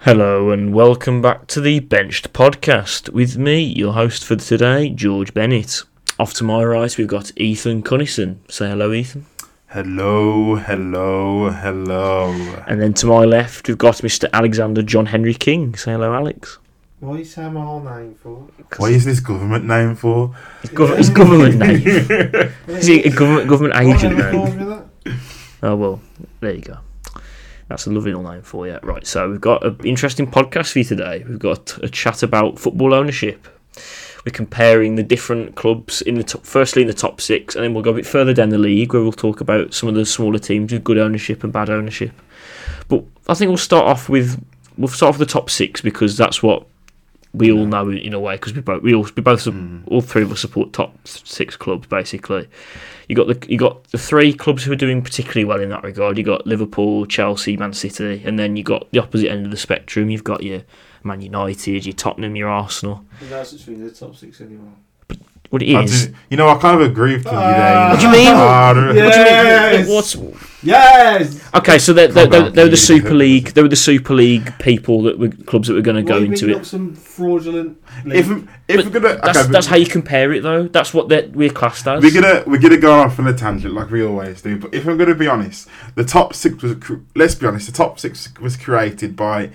Hello and welcome back to the Benched Podcast with me, your host for today, George Bennett. Off to my right, we've got Ethan Cunnison. Say hello, Ethan. Hello, hello, hello. And then to my left, we've got Mr. Alexander John Henry King. Say hello, Alex. What do you say my whole name for? What is this government name for? His, gov- his government name. Is he a government, government agent name? Oh, well, there you go. That's a lovely little name for you. Right, so we've got an interesting podcast for you today. We've got a chat about football ownership. We're comparing the different clubs in the top, firstly in the top six, and then we'll go a bit further down the league where we'll talk about some of the smaller teams with good ownership and bad ownership. But I think we'll start off with we'll start off with the top six because that's what we all know in a way because we both we all we both all three of us support top six clubs basically. You got the you got the three clubs who are doing particularly well in that regard. You got Liverpool, Chelsea, Man City, and then you got the opposite end of the spectrum. You've got your Man United, your Tottenham, your Arsenal. There's no such thing as a top six anymore. What it I is? did- you know, I kind of agree with you there. Ah. What do you mean? Ah, there- What do you mean? Yes! What's Yes! okay? So they're, they're, Come they're, back, the you Super hit. League. They were the Super League people that were clubs that were going to Why go are you into making it. up some fraudulent. If, if we're gonna, That's, okay, that's how you compare it, though. That's what they're- we're classed as. we're gonna we're gonna go off on a tangent like we always do. But if I'm gonna be honest, the top six was cr- let's be honest, the top six was created by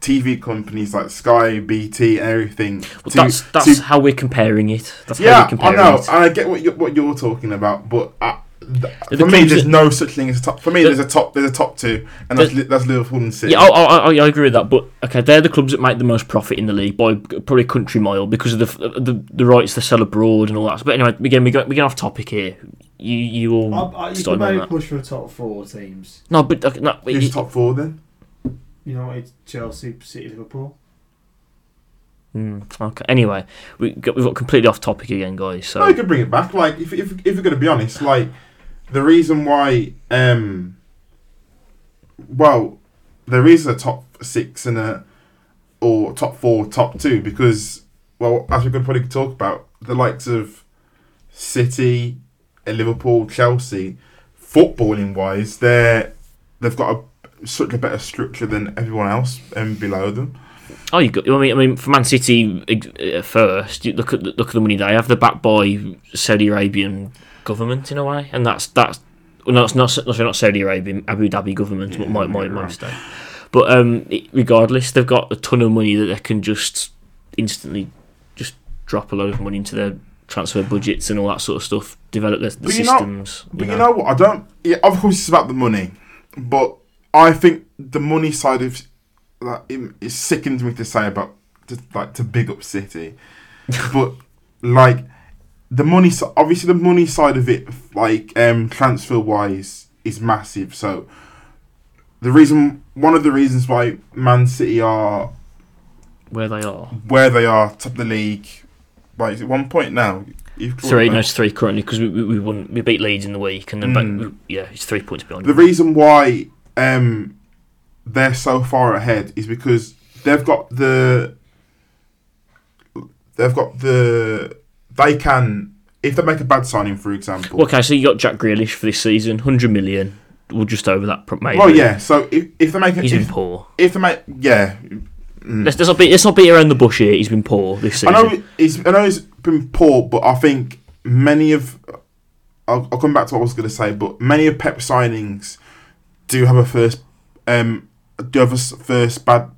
TV companies like Sky, BT, and everything. Well, to- that's that's to how we're comparing it. That's how Yeah, we're I comparing know, Uh, it. and I get what you're, what you're talking about, but I, th- The for me, clubs there's that- no such thing as a top. For me, The- there's a top, there's a top two, and that's, li- that's Liverpool and City. Yeah, oh, I, I, I- I agree with that. But okay, they're the clubs that make the most profit in the league by probably a country mile because of the the, the rights to sell abroad and all that. But anyway, again, we got we get off topic here. You you all Oh. I, I, you started could on maybe that. push for a top four teams. No, but okay, no, Who's it- top four then? You know, it's Chelsea, City, Liverpool. Hmm, okay. Anyway, we got, we've got completely off topic again, guys. So No, you could bring it back. Like, if if if you're gonna be honest, like the reason why, um, well, there is a top six and a or top four, top two because well, as we could probably talk about the likes of City, uh, Liverpool, Chelsea, footballing wise, they're they've got a such a better structure than everyone else and below them. Oh, you got. I mean, I mean, for Man City uh, first, you look at the, look at the money they have. They're backed by Saudi Arabian government in a way, and that's that's well, no, it's not sorry, not Saudi Arabian, Abu Dhabi government, but my my, my mistake. But um, it- regardless, they've got a ton of money that they can just instantly just drop a load of money into their transfer budgets and all that sort of stuff. Develop their the But you know- systems. But you know what? I don't. Yeah, of course, it's about the money, but I think the money side of like it, it sickens me to say about to, like to big up City, but like the money. si- Obviously, the money side of it, like um, transfer wise, is massive. So the reason, one of the reasons why Man City are where they are. where they are, top of the league. Like is it one point now? You've got Three, about- no, it's three currently because we, we we won, we beat Leeds in the week, and then back, Mm. yeah, it's three points behind. The reason why um, they're so far ahead is because they've got the they've got the they can if they make a bad signing, for example. Well, Okay, so you got Jack Grealish for this season, hundred million. We're just over that, pro- maybe. well, yeah. So if, if they make a, He's been if, poor. if they make yeah, mm. Let's, let's not be let's not beat around the bush here. He's been poor this season. I know it's I know it's been poor, but I think many of I'll, I'll come back to what I was going to say, but many of Pep signings do have a first um do have a s- first bad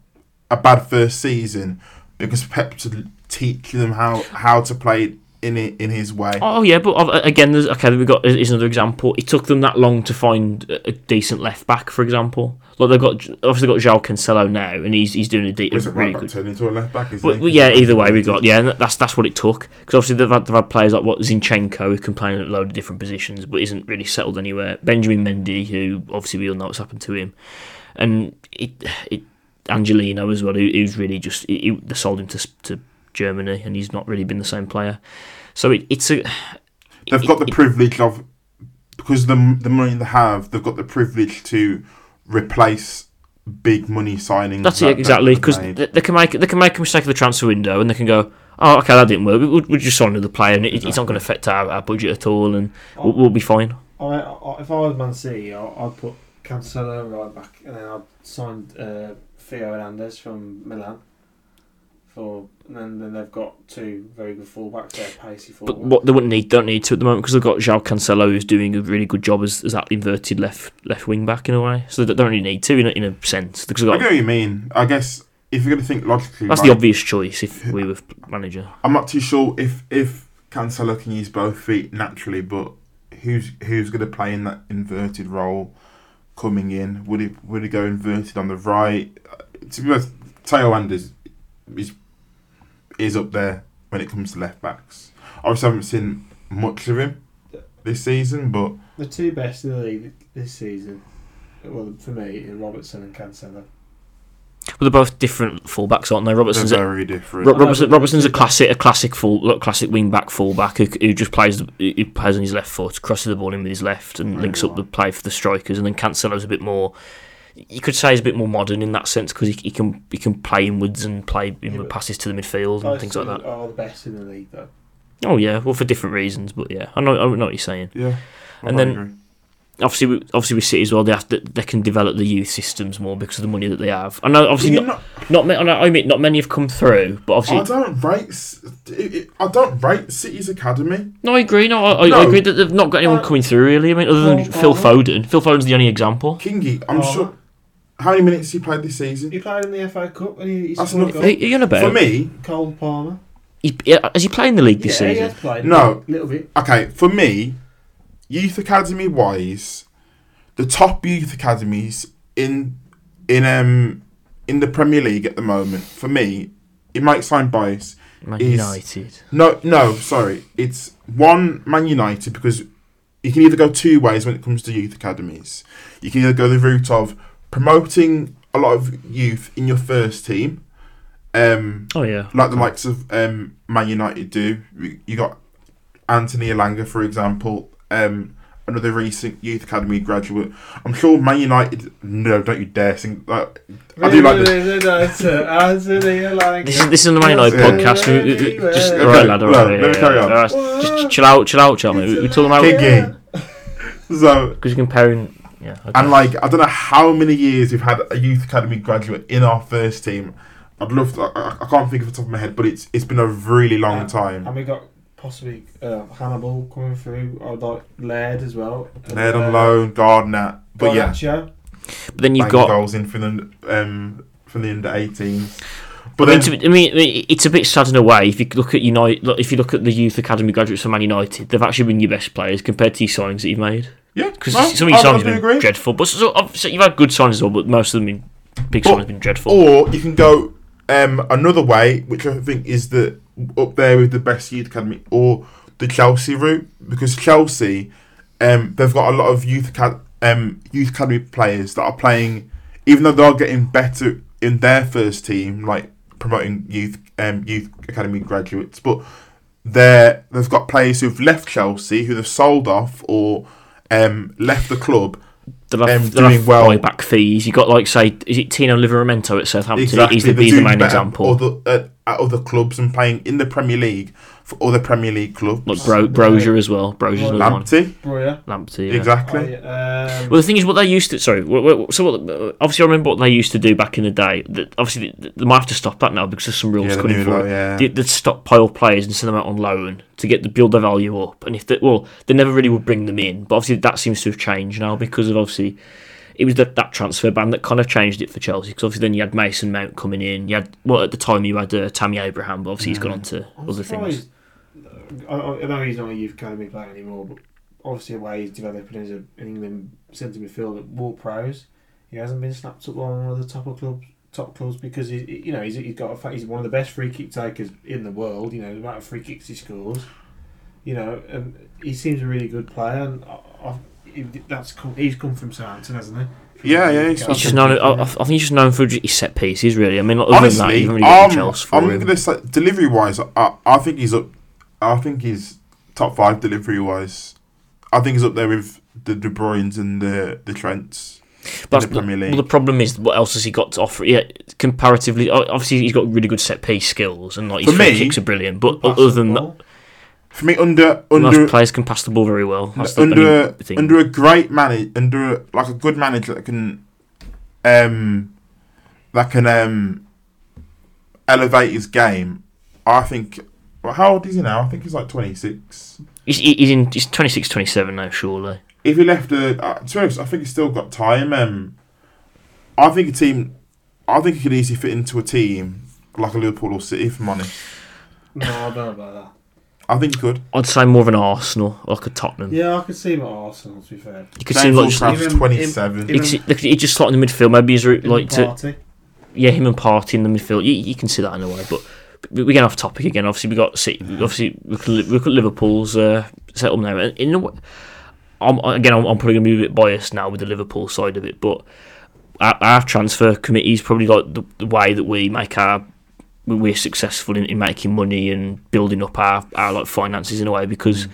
a bad first season because Pep to teach them how how to play in i- in his way. Oh yeah, but uh, again, there's, okay, we've got is another example. It took them that long to find a a decent left back, for example. Like they've got obviously got João Cancelo now, and he's he's doing a, de- a Is it really right back good. turning into a left back? Is But, but yeah, either way, we got yeah, and that's that's what it took because obviously they've had, they've had players like what Zinchenko who can play in a load of different positions but isn't really settled anywhere. Benjamin Mendy, who obviously we all know what's happened to him, and it it Angelino as well, who, who's really just he, he- they sold him to s- to Germany and he's not really been the same player. So it, it's a they've it- got the it- privilege of because the m- the money they have, they've got the privilege to replace big money signings. That's that- it that exactly they've because made. they, they can make they can make a mistake of the transfer window and they can go, oh okay that didn't work. We'll, we'll just sign another player and it, it's not going to affect our, our budget at all and we'll, we'll be fine. I, I, if I was Man City, I, I'd put Cancelo right back and then I'd sign uh, Theo Hernandez from Milan. For and then, then they've got two very good fullbacks there, pacey fullbacks. But what they wouldn't need, don't need to at the moment because they've got João Cancelo who's doing a really good job as, as that inverted left left wing back in a way. So they don't really need to in a, in a sense because I they've get got, what you mean. I guess if you're going to think logically, that's right, the obvious choice if we were manager. I'm not too sure if if Cancelo can use both feet naturally, but who's who's going to play in that inverted role coming in? Would it would it go inverted on the right? Uh, To be honest, Teo Anders is is up there when it comes to left backs. Obviously, I haven't seen much of him this season, but The two best in the league this season, well, for me, are Robertson and Cancelo. But they're both different fullbacks, aren't they? Robertson's they're a, very different. Ro- Robertson, but- Robertson's a classic a classic full look, classic wing back fullback who, who just plays the, who plays on his left foot, crosses the ball in with his left, and Really links up well. the play for the strikers. And then Cancelo's a bit more. You could say he's a bit more modern in that sense because he, he can he can play inwards and play inward but- passes to the midfield and Both things like that. Are the best in the league though. Oh yeah, well for different reasons, but yeah, I know I know what you're saying. yeah, I And then- agree. Obviously, we, obviously with City as well, they have to, they can develop the youth systems more because of the money that they have. I know obviously You're not not, ma- I know- I mean not many have come through, but obviously I don't rate. S- it- it- I don't rate City's academy. No, I agree. No, I, I- I No. agree that they've not got anyone No. coming through really. I mean, other than Paul Phil Barnett. Foden. Phil Foden's the only example. Kingy, I'm Oh. sure. How many minutes he played this season? He played in the FA Cup and he, he That's scored not- Who- a goal. Who are you on For about? me, Cole Palmer. He, yeah, has he played in the league this yeah, he season? has played. No. a little bit. okay, for me, youth academy wise, the top youth academies in in um in the Premier League at the moment, for me, it might sound biased. Man He's- United. No, no, sorry. It's one Man United because you can either go two ways when it comes to youth academies. You can either go the route of promoting a lot of youth in your first team, um, Oh yeah. like the likes of um, Man United do. You you got Anthony Alanga, for example, um, another recent youth academy graduate. I'm sure Man United. No, don't you dare think that. I do like this. this. Anthony, I like This is this is the Man United Yeah. podcast. We- we- we- Just Okay, right, lad. all no, right, let yeah, me carry yeah, on. all right. Just ch- chill out, chill out, chill out, mate. We- We're talking about Big game. So because you're comparing. Yeah. okay. And like, I don't know how many years we've had a youth academy graduate in our first team. I'd love to. I, I- I can't think of the top of my head, but it's it's been a really long Uh, time. And we got possibly uh, Hannibal coming through. I would like Laird as well. Uh, Ned on loan, Gardner, but yeah, Garnacho. but then you've banging got goals in from the um from the under 18s. But I then mean, to, I mean, it- it's a bit sad in a way. If you look at United, look, if you look at the youth academy graduates from Man United, they've actually been your best players compared to your signings that you've made. yeah, Because no, some of your I- I signings do have agree. been dreadful. But so, obviously you've had good signings as well, but most of them been big But- signings have been dreadful. Or you can go um, another way, which I think is the up there with the best youth academy, or the Chelsea route, because Chelsea, um, they've got a lot of youth acad- um, youth academy players that are playing, even though they are getting better in their first team, like promoting youth um, youth academy graduates, but they're they've got players who've left Chelsea, who they've sold off or um, left the club. they'll have, um, they'll doing have well. buyback fees. You've got like say, is it Tino Liveramento at Southampton? he's the, they're he's the doing main better example. Other, uh, at other clubs and playing in the Premier League for other Premier League clubs. Like Bro, Brozier as well. Brozier's another one. Lamptey, Breuer. Lamptey. yeah. exactly. Oh, yeah, um, Well, the thing is, what they used to sorry. wh- wh- So, what, obviously, I remember what they used to do back in the day. That obviously they, they might have to stop that now because there's some rules Yeah, the coming new for law, it. yeah. They, they'd stockpile players and send them out on loan to get the build their value up. And if they, well, they never really would bring them in. But obviously, that seems to have changed now because of obviously it was that, that transfer ban that kind of changed it for Chelsea. Because obviously, then you had Mason Mount coming in. You had well at the time you had uh, Tammy Abraham, but obviously he's Mm. gone on to I'm other things. surprised- I, uh, I I know he's not a youth academy player anymore, but obviously the way he's developing as a- an England centre midfielder at War Pros, he hasn't been snapped up by one of the top of clubs, top clubs because he, he- you know he's, he's got a, fa- he's one of the best free kick takers in the world. You know the amount of free kicks he scores. You know, and he seems a really good player, and I, I, he, that's come, he's come from Southampton, hasn't he? From Yeah, the yeah, he's academy. He's just known. I, I think he's just known for his set pieces, really. I mean, other than that, you Honestly, haven't really got much um, else for I'm him. gonna say delivery wise, I, I think he's up. I think he's top five delivery wise. I think he's up there with the De Bruyne's and the the Trents. But in the Premier League. Well, the problem is, what else has he got to offer? Yeah, comparatively, o- obviously he's got really good set piece skills, and like his For free me- kicks are brilliant. But Pass other the than that, ball. For me, under most under players can pass the ball very well. That's the under only thing. under a great manager, under a, like a good manager that can um that can um, elevate his game, I think. Well, how old is he now? I think he's like 26. He's, he's in he's 26, 27 now, surely. If he left a, uh, to be honest, I think he's still got time. Um, I think a team, I think he could easily fit into a team like a Liverpool or City. If I'm honest, No, I don't know about that. I think he could. I'd say more of an Arsenal, like a Tottenham. Yeah, I could see him at Arsenal. To be fair, You could see him like just, Crab's Even- 27. even- you could see- look, he just slot in the midfield. Maybe he's re- like to party. yeah, him and Party in the midfield. You, you can see that in a way, but we- we're getting off topic again. Obviously, we got City. Obviously, we could look at Liverpool's uh, setup now. And in a way, I'm, again, I'm, I'm probably going to be a bit biased now with the Liverpool side of it, but our, our transfer committee is probably like the, the way that we make our we- we're successful in, in making money and building up our, our like finances in a way because.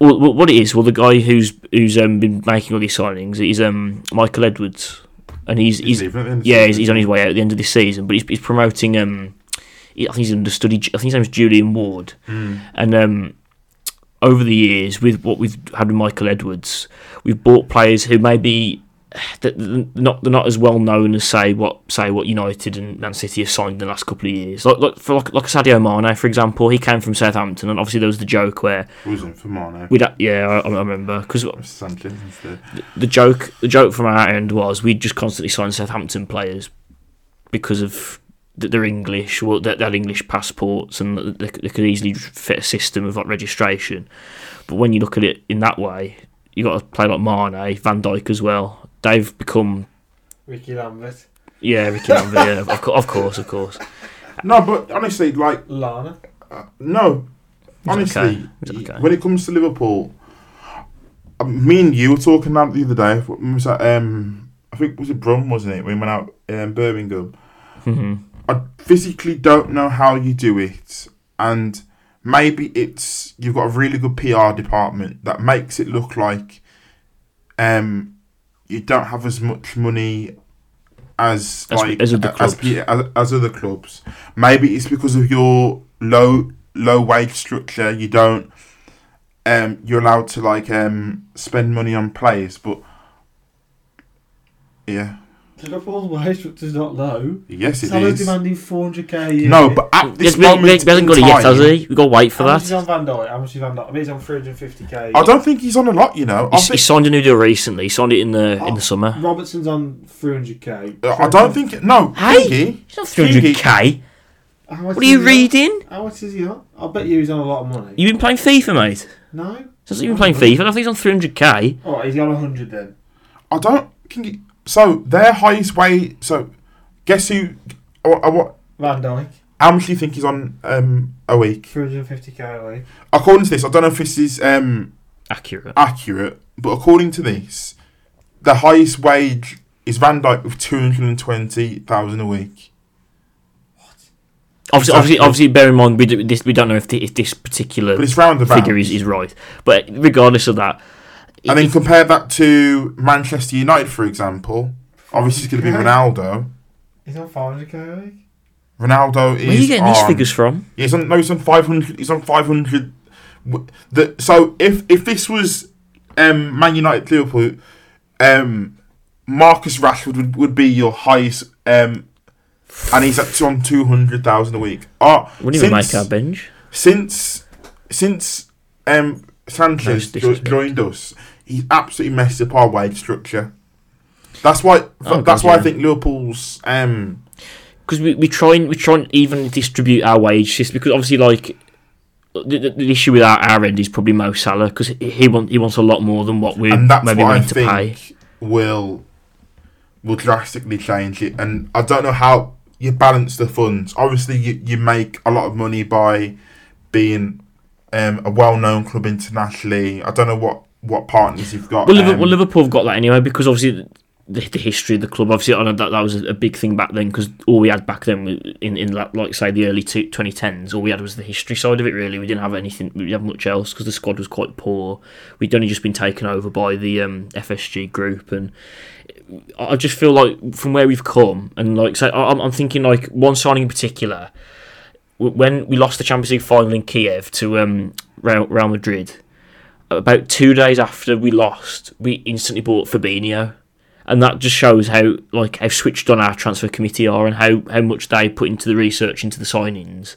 Well, well, what it is, well, the guy who's who's um, been making all these signings is um, Michael Edwards, and he's he's, even in the yeah, he's, season. he's on his way out at the end of this season, but he's, he's promoting. Um, he- I think he's understudy. I think his name's Julian Ward, Mm. and um, over the years, with what we've had with Michael Edwards, we've bought players who maybe that they're not they're not as well known as say what say what United and Man City have signed in the last couple of years. Like like for like, like Sadio Mane, for example, he came from Southampton, and obviously there was the joke where Wasn't for Mane. we'd ha- yeah I, I remember because Sanchez instead. the joke the joke from our end was we'd just constantly sign Southampton players because of that they're English, well, that they had English passports, and that they, they could easily fit a system of like registration. But when you look at it in that way, you got to play like Mane, Van Dijk as well. They've become Ricky Lambert, yeah, Ricky Lambert, yeah, of, cou- of course, of course. No, but honestly, like Lana. Uh, no, It's honestly, okay. It's okay. when it comes to Liverpool, uh, me and you were talking about it the other day. When we Was at, um, I think was it Brum, wasn't it? When we went out um, Birmingham. hmm I physically don't know how you do it, and maybe it's you've got a really good PR department that makes it look like um you don't have as much money as As- like as other as, clubs. pe- as, as other clubs. Maybe it's because of your low low wage structure. You don't um you're allowed to like um spend money on players, but yeah, Liverpool's wage structure's not low. yes it is. Salah's demanding 400k a year. No, but at Yes, this we, moment we, we haven't got it in yet, has time- he? We've got to wait for How much is that. on Van Dijk? How much is Van Dijk? I mean, he's on 350k. I don't think he's on a lot, you know. I, He's, he think, signed a new deal recently. He signed it in the in Oh. the summer. Robertson's on 300k. I don't think no. Hey! Kingy, He's not 300k. How much What are you is he on? reading? How much is he on? I bet you he's on a lot of money. You've been playing FIFA, mate. No. Since you've been playing FIFA, I think he's on 300k. All right, he's on 100 then. I don't. Kingy. So their highest way. So guess who? Or, what? Van Dijk, How much do you think he's on um, a week? 350k away. According to this, I don't know if this is um, Accurate. accurate, but according to this, the highest wage is Van Dyke with two hundred and twenty thousand a week. Obviously, obviously, Exactly. obviously, bear in mind we, do, this, we don't know if, thi- if this particular But it's round about. figure is, is right. But regardless of that, And then if- compare that to Manchester United, for example. Obviously, it's going to be Okay. Ronaldo. He's on 500k a week. Ronaldo is. um, where are you getting these on- figures from? He's on no, he's on five hundred. He's on five hundred. The so if if this was um, Man United Liverpool, um, Marcus Rashford would, would be your highest, um, and he's at on two hundred thousand a week. Oh, Wouldn't even since, make our bench. since since um, No, Sanchez it's jo- disrespect. joined us, he's absolutely messed up our wage structure. That's why. Oh, that's God, why yeah. I think Liverpool's um, because we, we try and we try and even distribute our wage system because obviously like the, the, the issue with our, our end is probably Mo Salah because he, he wants he wants a lot more than what we're and that's maybe what I willing to think pay. will will drastically change it. And I don't know how you balance the funds. Obviously, you, you make a lot of money by being um, a well known club internationally. I don't know what, what partners you've got. Well, Liverpool, um, well, Liverpool have got that anyway because obviously the, the history of the club. Obviously, I know that that was a big thing back then because all we had back then was- in in like, like say the early two, 2010s, all we had was the history side of it. Really, we didn't have anything. We didn't have much else because the squad was quite poor. We'd only just been taken over by the um, FSG group, and I I just feel like from where we've come and like say I- I'm, I'm thinking like one signing in particular. w- When we lost the Champions League final in Kiev to um, Real, Real Madrid, about two days after we lost, we instantly bought Fabinho. and that just shows how like how switched on our transfer committee are and how, how much they put into the research into the signings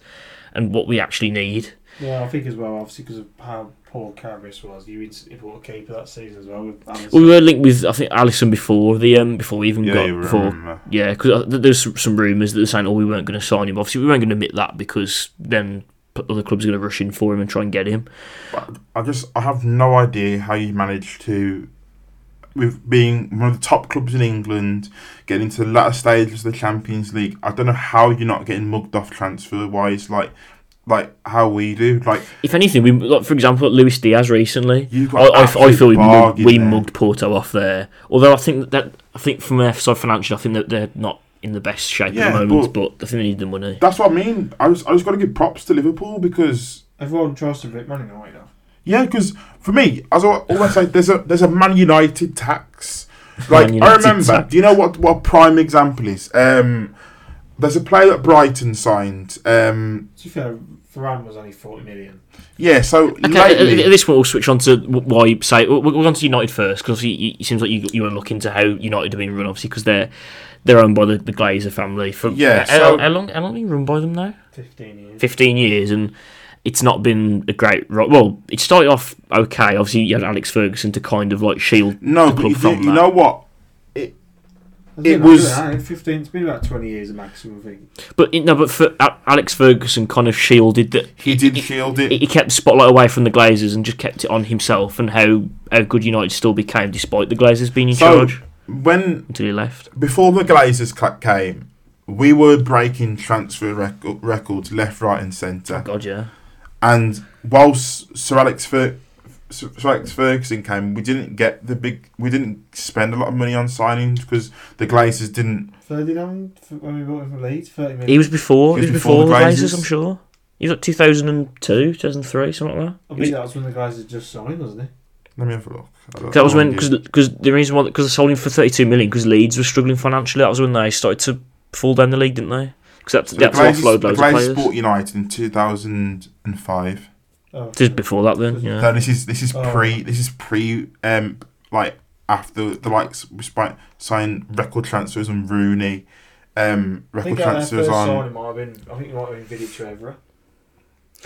and what we actually need. Yeah, I think as well, obviously, because of how poor Carabas was, you instantly bought a keeper that season as well. With Alisson. We were linked with I think Allison before the um before we even Yeah, got you before remember. yeah because there's some rumours that they're saying oh we weren't going to sign him. Obviously we weren't going to admit that because then p- other clubs are going to rush in for him and try and get him. I just I have no idea how you managed to, with being one of the top clubs in England, get into the latter stages of the Champions League. I don't know how you're not getting mugged off transfer wise, like like how we do. Like If anything, we like for example Luis Diaz recently. you've I, got. I, I feel we, mugged, bargain we there. mugged Porto off there. Although I think that I think from their side financially, I think that they're not in the best shape at Yeah, the moment. But, I think they need the money. That's what I mean. I was I just got to give props to Liverpool because Everyone tries to rip Manning away now. yeah, because for me, as I always say, there's a there's a Man United tax. Man Like I United remember, tax. do you know what what a prime example is? Um, there's a player that Brighton signed. Um, To be fair, Varane was only 40 million. Yeah, so Okay, at- lately, at, at this point we'll switch on to wh- why you say we'll, we'll go on to United first because it seems like you you want to look into how United have been run obviously because they're they're owned by the, the Glazer family for Yeah, How, so- how long how long have you run by them now? 15 years. Fifteen years and. It's not been a great. ro- Well, it started off okay. Obviously, you had Alex Ferguson to kind of like shield. no, the but club you, from you that. know what? That's been It like was- that, ain't it? 15, it's been about 20 years maximum, I think. But you know, but for, A- Alex Ferguson kind of shielded that He did shield it. he he kept the spotlight away from the Glazers and just kept it on himself and how, how good United still became despite the Glazers being in So- charge When until he left. before the Glazers cla- came, we were breaking transfer rec- records left, right, and centre. God, yeah. And whilst Sir Alex, Fer- Sir Sir Alex Ferguson came, we didn't get the big. We didn't spend a lot of money on signings because the Glazers didn't. Ferdinand, f- when we bought him from Leeds, 30 million. He was before. He was before, the Glazers, Glazers. I'm sure. He was like 2002, 2003, something like that. I believe that was when the guys had just signed, wasn't it? Let me have a look. I don't- 'Cause That was I when don't because the reason why because they sold him for 32 million because Leeds were struggling financially. That was when they started to fall down the league, didn't they? Because that's get- they had to the Glazers, offload the loads of Glazers players. bought United in two thousand and five. Oh, Just before that, then yeah. No, this is this is Oh. pre this is pre um like after the likes we spi- signed record transfers on Rooney, um I record think our transfers first on signing might have been, I think it might have been Vidic to Evra.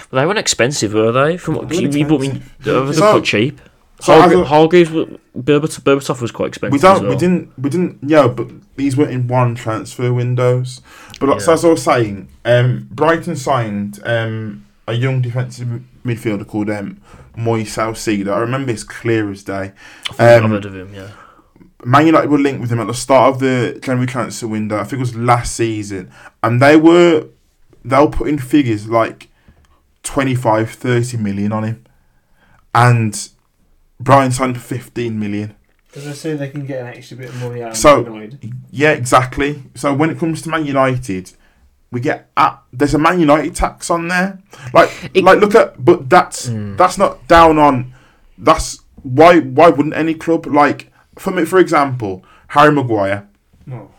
But they weren't expensive, were they? From what Really you you bought me, they were So- quite cheap. so as Hargreaves, a- Hargreaves were- Berbert- Berbatov was quite expensive. we as don't well. we didn't we didn't yeah but these were in one transfer windows but like, so Yeah. as I was saying um Brighton signed um a young defensive midfielder called um Moisel Cedar I remember it's clear as day I think I've Um, heard of him, yeah. Man United were linked with him at the start of the January transfer window. I think it was last season, and they were they'll put in figures like 25, 30 million on him, and Brian signed for fifteen million. Because they say they can get an extra bit of money out of So- United. Yeah, exactly. So when it comes to Man United, we get at, there's a Man United tax on there. Like It- like look at but that's Mm. that's not down on. That's why why wouldn't any club like for me for example Harry Maguire. No.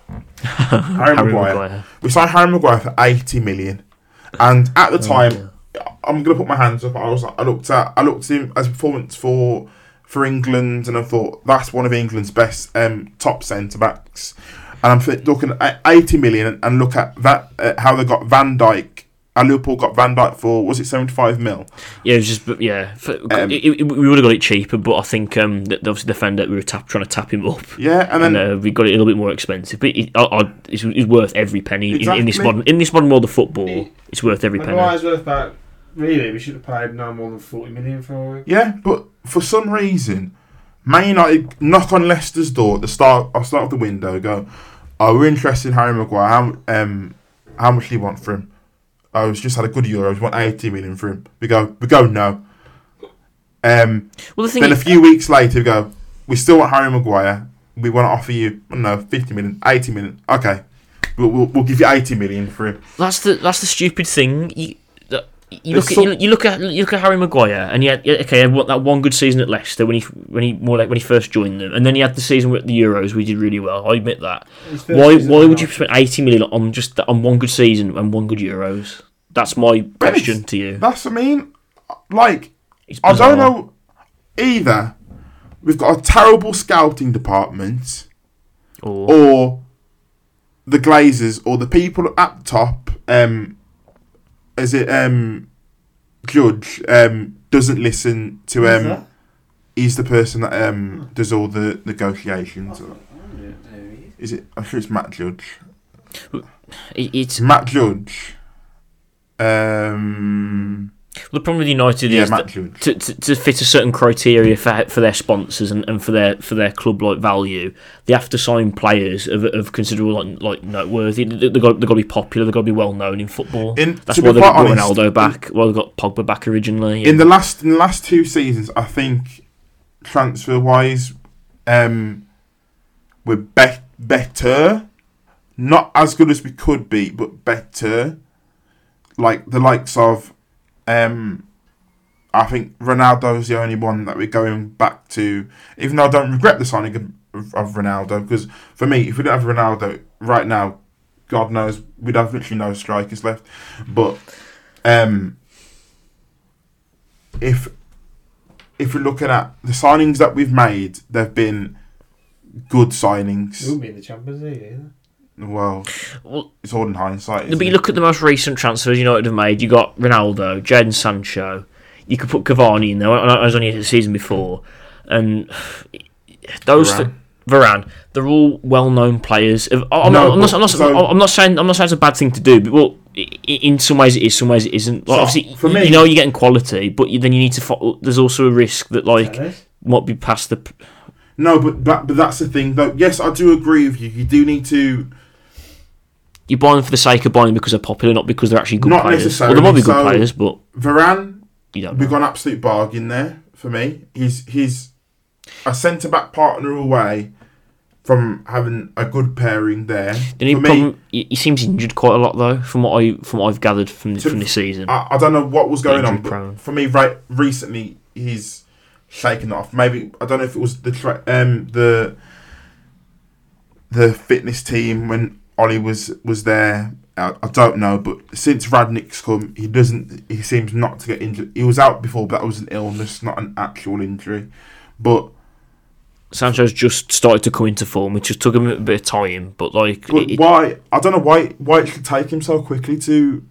Harry Maguire. We signed Harry Maguire for 80 million. And at the Oh time, I'm gonna put my hands up. I was I looked at I looked at him as a performance for for England and I thought that's one of England's best um, top centre backs. And I'm th- looking at 80 million and, and look at that uh, how they got Van Dyke. And Liverpool got Van Dyke for was it 75 mil? Yeah, it was just, but yeah. For, Um, it, it, we would have got it cheaper, but I think um, that obviously the found out we were tap, trying to tap him up. Yeah, and then And, uh, we got it a little bit more expensive, but it, I, I, it's, it's worth every penny in, in this Exactly. modern in this modern world of football. It- It's worth every penny. Maguire's worth about, really, we should have paid no more than 40 million for him. Yeah, but for some reason, Man United knock on Leicester's door at the start, or start of the window, go, "Oh, we're interested in Harry Maguire. How, um, how much do you want for him? I was just had a good Euros. Want eighty million for him? We go, we go no. Um, Well, the thing then a is, few weeks later, we go, we still want Harry Maguire. We want to offer you, I don't know, 50 million, 80 million. Okay, we'll, we'll, we'll give you 80 million for him. that's the that's the stupid thing. You, that- you look There's at some- you, look- you look at you look at Harry Maguire, and yeah, yeah, okay, what that one good season at Leicester when he when he more like when he first joined them, and then he had the season with the Euros. We did really well. I admit that. His first Why? season Why was would you not- spend eighty million on just that, on one good season and one good Euros? That's my question to you. That's, I mean, like, It's I bizarre. don't know either. We've got a terrible scouting department. Or, or the Glazers or the people at the top. Um, is it um, Judge um, doesn't listen to Who's um, that? he's the person that um does all the negotiations. Oh, I don't know who he is. Is it? I'm sure it's Matt Judge. it- It's it's Matt Judge. Um, the problem with United yeah, is Matt that Judge. to, to, to fit a certain criteria for for their sponsors and, and for their for their club like value, they have to sign players of, of considerable like, like noteworthy. They- They've got, they've got to be popular. They've got to be well known in football. In, That's to why be they quite got honest, Ronaldo back. Well, they got Pogba back originally. in the last in the last two seasons, I think transfer wise, um, we're be- better, not as good as we could be, but better. Like the likes of, um, I think Ronaldo's the only one that we're going back to. Even though I don't regret the signing of, of Ronaldo, because for me, if we don't have Ronaldo right now, God knows we'd have literally no strikers left. But um, if if we're looking at the signings that we've made, they've been good It signings. wouldn't be in the Champions League either. Well, well, it's all in hindsight. but isn't you it? look at the most recent transfers United have made. You got Ronaldo, Jaden Sancho. You could put Cavani in there. I I was on here the season before, and those Varane. th- Varane, they're all well-known players. Of, I'm, No, I'm not, I'm, not, but- so- I'm not saying I'm not saying it's a bad thing to do, but well, i- i- in some ways it is, some ways it isn't. Like, So, obviously, for you- me- you know you're getting quality, but you, then you need to. Fo- there's also a risk that like Tellers. might be past the. p- No, but that, but that's the thing. Though, yes, I do agree with you. You do need to You're buying them for the sake of buying them because they're popular, not because they're actually good Not players. Well, necessarily, they might be good so- players, but Varane. you don't. We've Know. got an absolute bargain there for me. He's he's a centre back partner away from having a good pairing there. The only for me, problem, he, he seems injured quite a lot though, from what I from what I've gathered from To- from this season. I, I don't know what was going on, Injury prone. but for me, right recently he's shaken off. Maybe I don't know if it was the tra- um the the fitness team when Ollie was was there. I, I don't know, but since Radnick's come, he doesn't. He seems not to get injured. He was out before, but that was an illness, not an actual injury. But Sancho's just started to come into form, which just took him a bit of time, but like But it- it- why? I don't know why why it should take him so quickly to.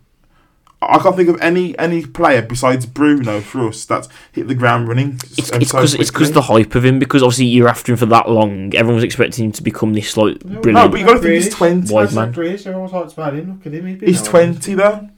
I I can't think of any any player besides Bruno for us that's hit the ground running. s- It's and it's so because it's 'cause quickly. the hype of him because obviously you're after him for that long. Everyone was expecting him to become this like No, brilliant. no, but you got to think he's Grealish. twenty. Why? That's man. not Grealish. Everyone talks about him. Look at him. He's, been He's there. twenty though,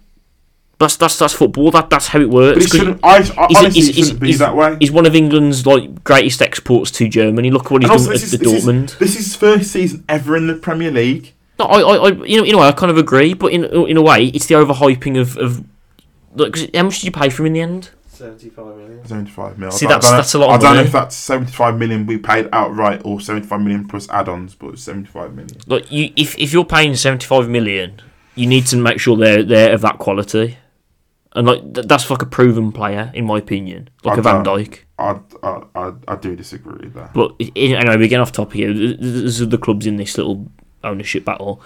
that's that's that's football. That that's how it but works. he 'cause shouldn't. I, I he's- honestly he's- it he's- shouldn't be he's- that way. he's one of England's like greatest exports to Germany. Look what he's And also done at this the is- this is- Dortmund. This is his first season ever in the Premier League. No, I, I, I you know, in a way, I kind of agree, but in in a way, it's the overhyping of of. Look, 'cause how much did you pay for him in the end? Seventy-five million. Seventy-five million. See, I don't- that's- I don't know- that's a lot of I don't know money. if that's seventy-five million we paid outright or seventy-five million plus add-ons, but it's seventy-five million. Like you, if if you're paying seventy five million, you need to make sure they're they're of that quality, and like th- that's like a proven player in my opinion, like a Van Okay. Dijk. I I I, I do disagree with that. But i- in, anyway, we get off top here. Th- th- These are the clubs in this little ownership battle.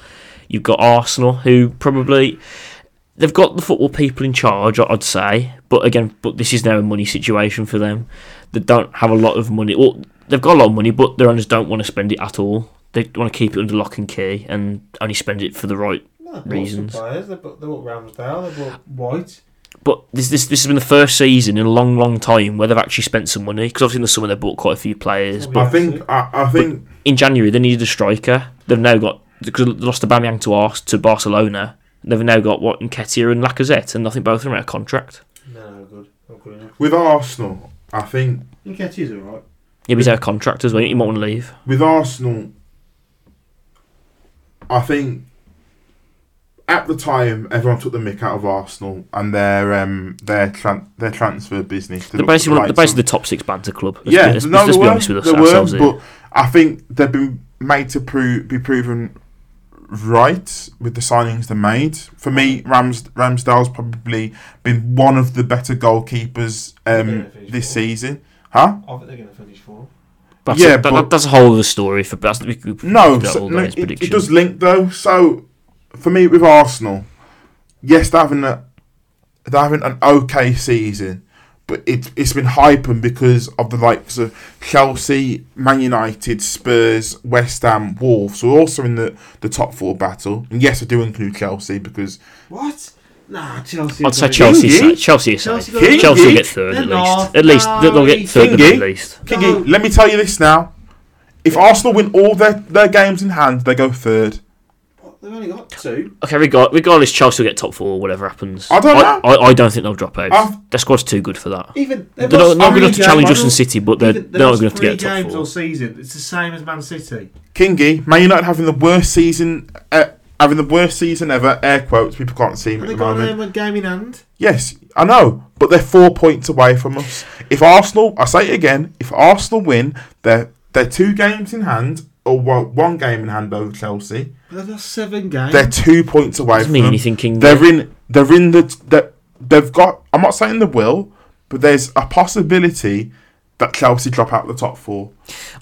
You've got Arsenal, who probably they've got the football people in charge, I- I'd say. But again, but this is now a money situation for them. They don't have a lot of money. Well, they've got a lot of money, but their owners don't want to spend it at all. They want to keep it under lock and key and only spend it for the right No, they bought some Reasons. Players. They bought, they bought Ramsdale. They bought White. But this this this has been the first season in a long, long time where they've actually spent some money because obviously in the summer they bought quite a few players. Yeah, I think I, I think in January they needed a striker. They've now got because they lost Aubameyang to Ars to Barcelona. They've now got what Nketiah and Lacazette, and I think both of them are out of contract. No, no, good. Not good enough. With Arsenal, I think Nketiah's alright. Yeah, but he's out of contract as well. He might want to leave. with Arsenal, I think at the time everyone took the mick out of Arsenal and their um their tran- their transfer business. They're basically, Like they're basically the top six banter club. Let's yeah, be, let's, no, let's they be were, honest with us, they ourselves. were, here. but I think they've been made to prove be proven right with the signings they made. For me, Rams Ramsdale's probably been one of the better goalkeepers Yeah, um, for sure. this season, huh? I think they're going to finish fourth. That's yeah, a, that, but- that's a whole other story. For that's we could No, do that so, all no, day as it, it predictions. does link though. So for me, with Arsenal, yes, they're having a they're having an okay season, but it, it's been hyping because of the likes of Chelsea, Man United, Spurs, West Ham, Wolves, who are also in the, the top four battle. And yes, I do include Chelsea because What? Nah, Chelsea. are I'd say gonna- Chelsea. Kingy? Sa- Chelsea. Chelsea, Chelsea safe. got it. Chelsea will Kingy? get third at They're least. not. At least that they'll get Nice. third Kingy? at least. Kiki, No. let me tell you this now. If Arsenal win all their, their games in hand, they go third. What? They've only got two. Okay, regard, regardless, Chelsea will get top four, whatever happens. I don't I, I, I don't think they'll drop out. I've- Their squad's too good for that. Even They're they've not, lost not good three enough to challenge games. us in City, but they're, Even- they're they've not lost good enough to three get top games four. all season. It's the same as Man City. Kingy, Man United having the worst season, uh, having the worst season ever. Air quotes. People can't see me And at they the got moment. them a game in hand. Yes, I know, but they're four points away from us. If Arsenal, I say it again, if Arsenal win, they're they're two games in hand, or well, one game in hand over Chelsea. But they've lost seven games. They're two points away Doesn't from mean them. anything, King. They're in. They're in the. That they've got. I'm not saying they will, but there's a possibility that Chelsea drop out of the top four.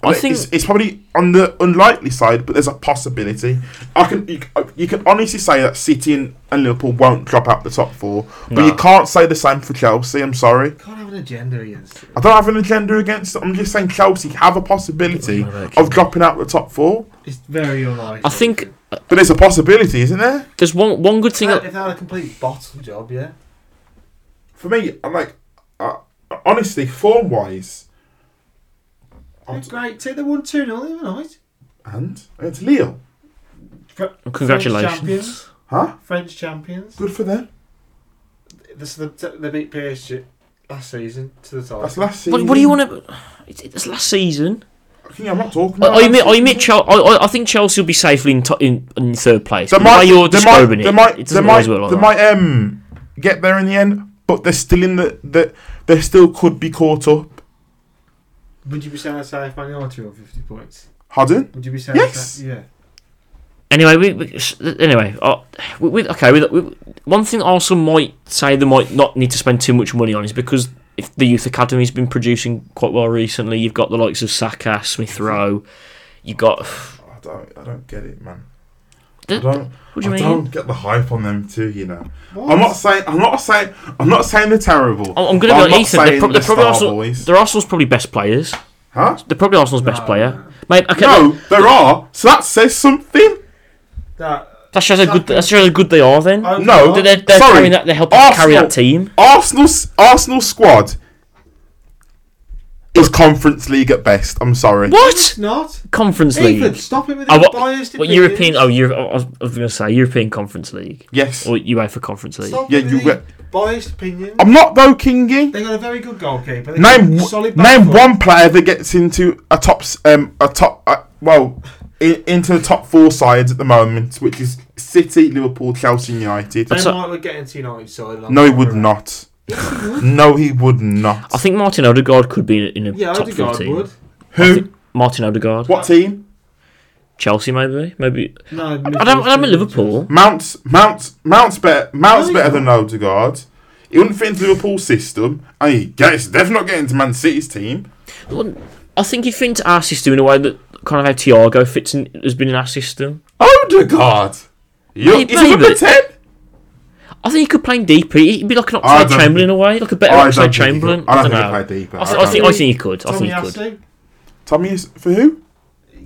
I think- it's, it's probably on the unlikely side, but there's a possibility. I can you, you can honestly say that City and, and Liverpool won't drop out the top four, but No. you can't say the same for Chelsea. I'm sorry. can't have an agenda against it. I don't have an agenda against it. I'm just saying Chelsea have a possibility of dropping out the top four, It's very unlikely. I think uh, but there's a possibility, isn't there? there's one one good If Uh, thing. they that- if they had a complete bottle job, yeah. for me, I'm like, uh, honestly, form wise, They're great team. They won 2 0 the other night. and it's Leo, French champions. Congratulations. huh? French champions. Good for them. This, the, they beat PSG last season to the title. That's last What, season. what do you want to? It's, it's last season. Yeah, I'm not talking. I, About I admit, I last admit, season. Chel- I, I, I think Chelsea will be safely in, to- in, in third place. They But the might, way you're they might, describing they it, might, it they doesn't might, always work like they that. might, um, get there in the end, but they're still in the, the they still could be caught up. Would you be saying that's if Man United on 50 points? Harden, Would you be saying Yes. that? Yeah. Anyway, we, we, s- anyway, uh, with, with okay. With, with, one thing I also might say they might not need to spend too much money on is because if the youth academy's been producing quite well recently, you've got the likes of Saka, Smith Rowe. You got I don't, I don't get it, man. I Th- don't, what do you I mean? don't get the hype on them too, you know. I'm not saying, I'm not saying, I'm not saying they're terrible. I'm, I'm going to I'm be like not Ethan. They're, saying pro- they're the probably star Arsenal, boys. they're Arsenal's probably best players. huh? They're probably Arsenal's best No, player. Mate, okay, No, there are. So that says something. That, that shows how good that shows how good they are. Then I- No, they're, they're, they're sorry. carrying that. They're helping carry Arsenal- that team. Arsenal's Arsenal squad is Conference League at best. I'm sorry. What It's not. Conference League? Even stop him with Oh, his what- biased What opinions. European? Oh, Euro- I was, I was going to say European Conference League Yes. or UEFA Conference League. Stop Yeah, with you his get- biased opinions. I'm not though, Kingy. They got a very good goalkeeper. They got Name a solid back name four. one player that gets into a top s- um a top uh, well i into the top four sides at the moment, which is City, Liverpool, Chelsea, and United. They So- might would get into United side. like- No, he would not. No, he would I not. think Martin Odegaard could be in a, in a Yeah, top Odegaard fourteen. would. Who? Martin Odegaard, What team? Chelsea maybe, maybe. No, I don't. I'm at Liverpool. Mounts, Mounts, Mounts better. Mounts No, he's better than Odegaard. He wouldn't fit into Liverpool's system, and he gets definitely not getting into Man City's team. I think he fits into our system in a way that kind of how Thiago fits in has been in our system. Odegaard, you Hey, he's number baby. ten. I think he could play in deep. He'd be like an I Oxide don't- Chamberlain in a way, like a better I don't Oxide think he could. Chamberlain. I don't know. think he played deeper. I, th- I I think I don't- think he could. I Tommy think he could. Asu, Tommy is for who?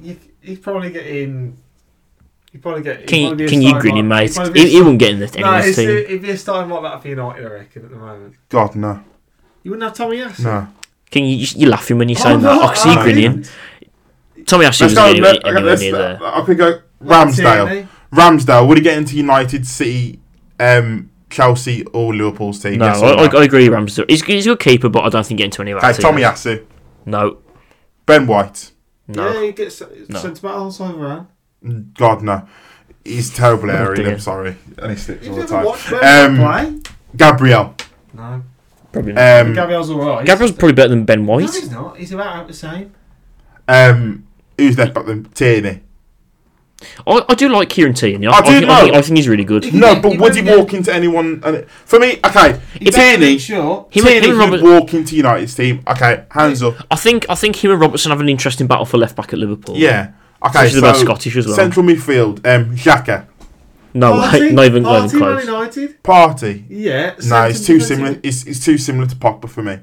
you- He'd probably get in. He'd probably get. he'd Can probably be you, a can you starting grin him, like- he'd mate? probably be a He, he won't get in the No, anyone's it's, team. it'd be a starting like that for United, I reckon, at the moment. God no, You wouldn't have Tommy Asu. no. Can you, you- you're laughing when you're Oh, saying that? no, Oxy I- grinning. Tommy Ashley Let's was go. anywhere, let- okay, anywhere let's- near there. I could go Like Ramsdale. Tierney. Ramsdale would he get into United, City, um, Chelsea, or Liverpool's team? No, Yes or I, I, I agree. Ramsdale. He's, he's a good keeper, but I don't think getting to any of our Okay, team. Tommy Asu, No, Ben White. no. Yeah, he gets No. sent to battle on Sovereign. God no, he's terrible Oh, area. dear. I'm sorry, and he slips all You've the never time. watched Ben Um, play? Gabriel. No. Probably not. Um, Gabriel's alright. Gabriel's probably better than Ben No, White. he's not. He's about the same. um, who's left back then? Tierney. I, I do like Kieran Tierney. I, I I, do think, I, know. think, I think he's really good. Him, No, He- but he would he wouldn't walk into anyone? And for me, okay, He's better Tierney. than Shaw. and- Tierney him and would Robert, walk into United's team. Okay, hands up. I think I think him and Robertson have an interesting battle for left back at Liverpool. Yeah. Okay, Especially so the most Scottish as well. central midfield. Um, Xhaka, No, Party, way, not even, not Party, even Man close. United. Party. Yeah. No, sent it's him too to similar. United. It's, it's too similar to Pogba for me.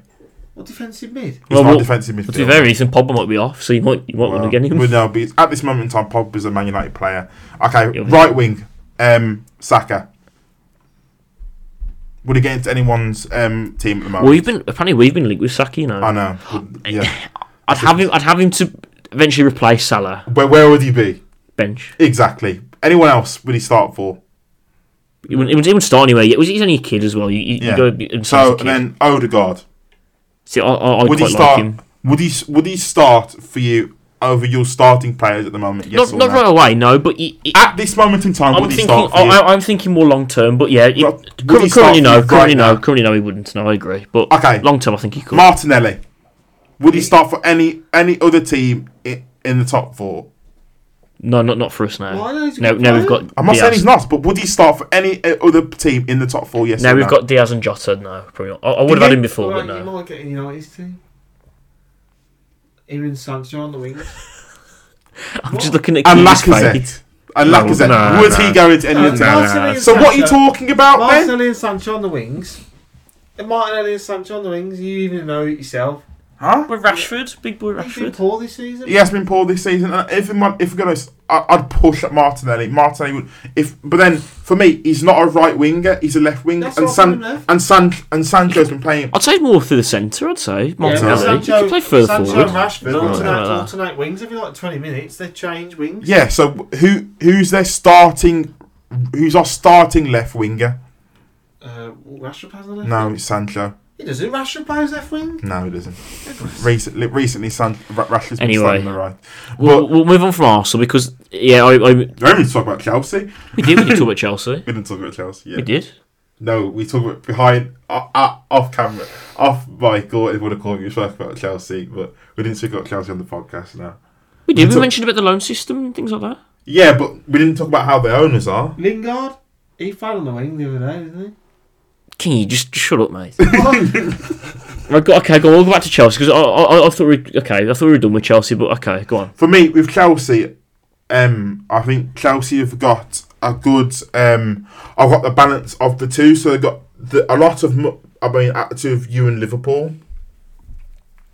What defensive mid? He's Well, not well, a defensive midfielder. But to be very recent, Pogba might be off, so you might you might want to get him. Well, no, but at this moment in time, Pogba's a Man United player. Okay, Yeah, but- right wing, um, Saka. Would he get into anyone's um, team at the moment? We've been apparently we've been linked with Saki, you know. I know. Would- Yeah. I'd have him. I'd have him to eventually replace Salah Where, where would he be? bench. Exactly. Anyone else would he start for? He wouldn't, he wouldn't- he wouldn't start anyway. He was- He's only a kid as well. You, you, Yeah. you got to be So a kid. and then Odegaard. See, I, I, I would quite he like start? him. Would he? s- Would he start for you over your starting players at the moment? not Yes or not no? right away, no. But he, he- At this moment in time, I'm would he thinking. start for you? I, I, I'm thinking more long term. But yeah, he, Well, would cur- he start currently no. for you Currently right no. now? Currently no. He wouldn't. No, I agree. But Okay. long term, I think he could. Martinelli. Would he start for any any other team in, in the top four? no, not not for us now. Why not? He's a Now, good now we've player. got. I'm not Diaz. saying he's not, but would he start for any uh, other team in the top four? Yes. Now or we've no? got Diaz and Jota. No, probably not. I, I would have had him before, Well, but You no. might get in United's team. Him and Sancho on the wings. I'm just looking at and Keane's face. Lacazette. And No, Lacazette. no, would no. he go into any No, other team? no. So what are you talking about, man? Martinelli and Sancho on the wings. And Martinelli and Sancho on the wings. You even know it yourself. Huh? With Rashford, big boy He's been Rashford. poor this season. He has been poor this season. And if I'm, if we're gonna, I, I'd push at Martinelli. Martinelli would. If but then for me, he's not a right winger. He's a left winger. That's And what I'm San left. and San and Sancho's been playing. I'd say more through the centre. I'd say Martinelli. Sancho- he could play further Sancho forward. and Rashford Right. alternate, Right. alternate wings every like 20 minutes. They change wings. Yeah. So who who's their starting? Who's our starting left winger? Uh, Rashford plays on left No, wing. it's Sancho. He doesn't. Rashford plays left wing. No, it isn't. Recently, recently, San Ra- Rashford's been Anyway. starting on the right. We'll, we'll move on from Arsenal because yeah, I, I we Don't even talk about Chelsea. did we did talk about Chelsea. We didn't talk about Chelsea. Yeah. We did. No, we talk about behind, uh, uh, off camera, off mic, or whatever you want to call it. We spoke about Chelsea, but we didn't speak about Chelsea on the podcast now. We did. We We, talk- mentioned about the loan system and things like that. Yeah, but we didn't talk about how their owners are. Lingard. He fell on the wing the other day, didn't Can you just, just shut up, mate? he? right, go, okay, go. on, We'll go back to Chelsea because I, I, I thought we okay. I thought we were done with Chelsea, but okay, go on. For me, with Chelsea, um, I think Chelsea have got a good. Um, I've got the balance of the two, so they've got the, a lot of. mu- I mean, attitude of you and Liverpool.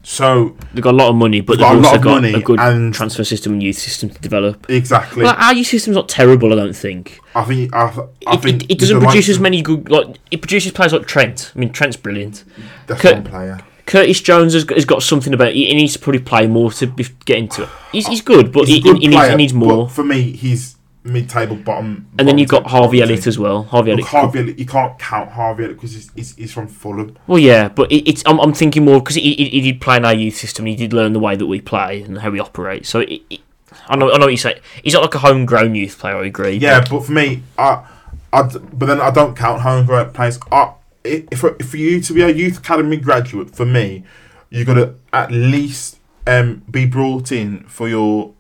So They've got a lot of money, but They've they've got a lot also of got money a good and- transfer system and youth system to develop. exactly, Well, our youth system's not terrible, I don't think. I think I, th- I it, think it, it doesn't the produce likes as of- many good like it produces players like Trent. I mean, Trent's brilliant. That's Cur- one player. Curtis Jones has got, has got something about. He, he needs to probably play more to be, get into it. He's, he's good, but He's a he, good he, needs, player, he needs more. But for me, he's mid-table, bottom. and then bottom you've got tip- Harvey bottom Elliott tip. as well. Harvey Look, Elliott. Harvey Elliott, you can't count Harvey Elliott because he's, he's, he's from Fulham. Well, yeah, but it, it's I'm, I'm thinking more because he, he, he did play in our youth system. He did learn the way that we play and how we operate. So it, it, I know I know what you say. He's not like a homegrown youth player. I agree. Yeah, but for me, I, I d- but then I don't count homegrown players. I, i- if for for you to be a youth academy graduate, for me, you got to at least um, be brought in for your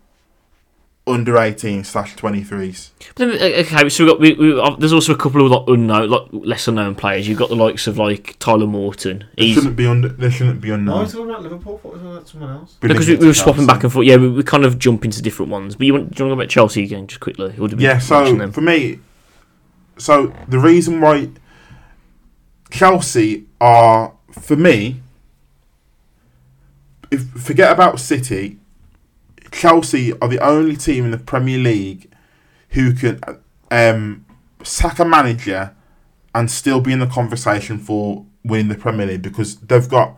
under eighteen slash twenty threes. But then, uh, okay, so we got we, we, uh, there's also a couple of like unknown, like lesser known players. You've got the likes of like Tyler Morton. They He's shouldn't be under. They shouldn't be No, I unknown. was Oh, talking about Liverpool. What was about someone else? because we, we were swapping back and forth. Yeah, we, we kind of jump into different ones. But you want, do you want to go about Chelsea again, just quickly? Or did we Yeah, mention so them? for me, so the reason why Chelsea are for me, if forget about City, Chelsea are the only team in the Premier League who can um, sack a manager and still be in the conversation for winning the Premier League because they've got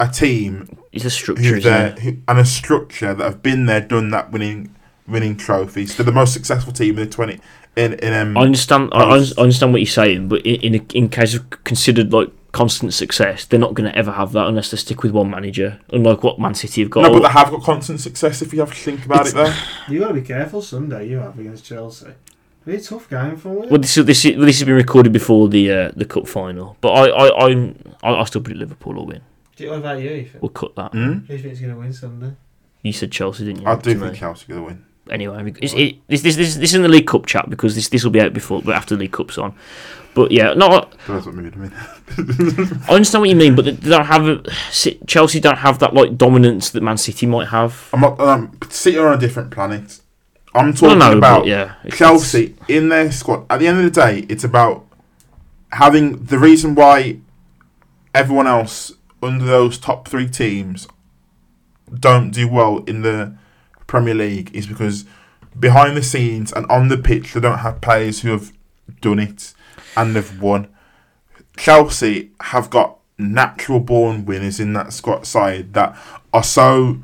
a team it's a structure, who isn't there it? who, and a structure that have been there, done that, winning winning trophies. They're the most successful team in the twenty in in um, I understand. I, I un- I understand what you're saying, but in in, in case of considered like constant success, they're not going to ever have that unless they stick with one manager. Unlike what Man City have got. no, but Or- they have got constant success. If you have to think about it, there you got to be careful Sunday, you have, against Chelsea. It'll be a tough game for you. well, this is, this is, well, this has been recorded before the uh, the cup final, but I I I'm, I, I still put it Liverpool will win. Do you- What about you, Ethan? We'll cut that. mm? Who do you think's going to win Sunday? You said Chelsea, didn't you? I do to me? think Chelsea are going to win. anyway. bec- It's, it, this, this, this, this is in the League Cup chat because this this will be out before, but after the League Cup's on. But yeah, no, I- So That's what mood I'm in. I understand what you mean, but they don't have a, Si- Chelsea don't have that like dominance that Man City might have. I'm not. Um, City are on a different planet. I'm I talking don't know, about but yeah, it's- Chelsea in their squad. At the end of the day, it's about having the reason why everyone else under those top three teams don't do well in the Premier League is because behind the scenes and on the pitch they don't have players who have done it and they've won. Chelsea have got natural born winners in that squad side that are so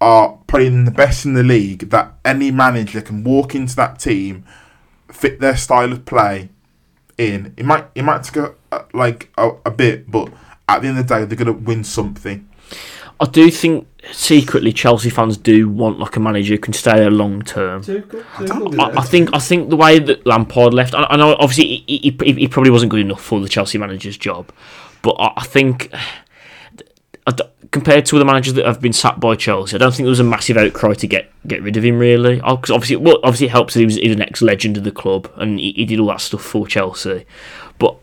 are playing the best in the league that any manager can walk into that team, fit their style of play in. It might it might take a, a- like a, a bit, but at the end of the day they're gonna win something. I do think secretly Chelsea fans do want like a manager who can stay there long term. Tuchel, don't- Tuchel did I, I that. think I think the way that Lampard left, I, I know obviously he, he, he probably wasn't good enough for the Chelsea manager's job, but I, I think I d- compared to other managers that have been sacked by Chelsea, I don't think there was a massive outcry to get, get rid of him really. Because obviously, well, obviously it helps that he was, he was an ex legend of the club and he, he did all that stuff for Chelsea, but.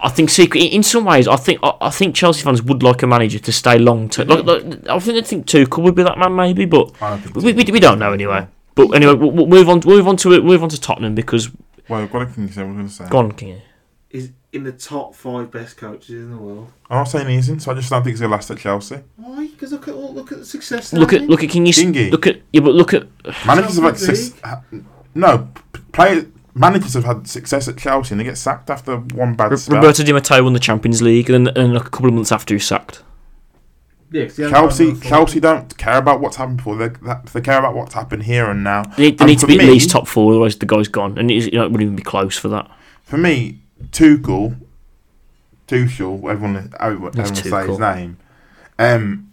I think secret in some ways. I think I, I think Chelsea fans would like a manager to stay long term. Like, like, I think I think Tuchel would be that man maybe, but I don't think we, we, we don't know anyway. But anyway, we'll, we'll move on. We'll move on to we'll move on to Tottenham because Well, I've got to say what I'm gonna say. go on, Kingy. Is in the top five best coaches in the world. I'm not saying he isn't, so I just don't think he's gonna last at Chelsea. Why? Because look at look at the success. Look at look at Kingy's Kingy. Look at yeah, but look at Managers have had Champions six. ha- No, p- player managers have had success at Chelsea and they get sacked after one bad R- spell. Roberto Di Matteo won the Champions League, and then and like a couple of months after he was sacked. Yeah, 'cause he hasn't Chelsea, won a Chelsea don't care about what's happened before. They, that- they care about what's happened here and now. They, need- they And need to for be at me- least top four, otherwise the guy's gone, and he's, you know, it wouldn't even be close for that. For me, Tuchel, Tuchel, everyone, everyone, It's everyone say his Tuchel. name. Um,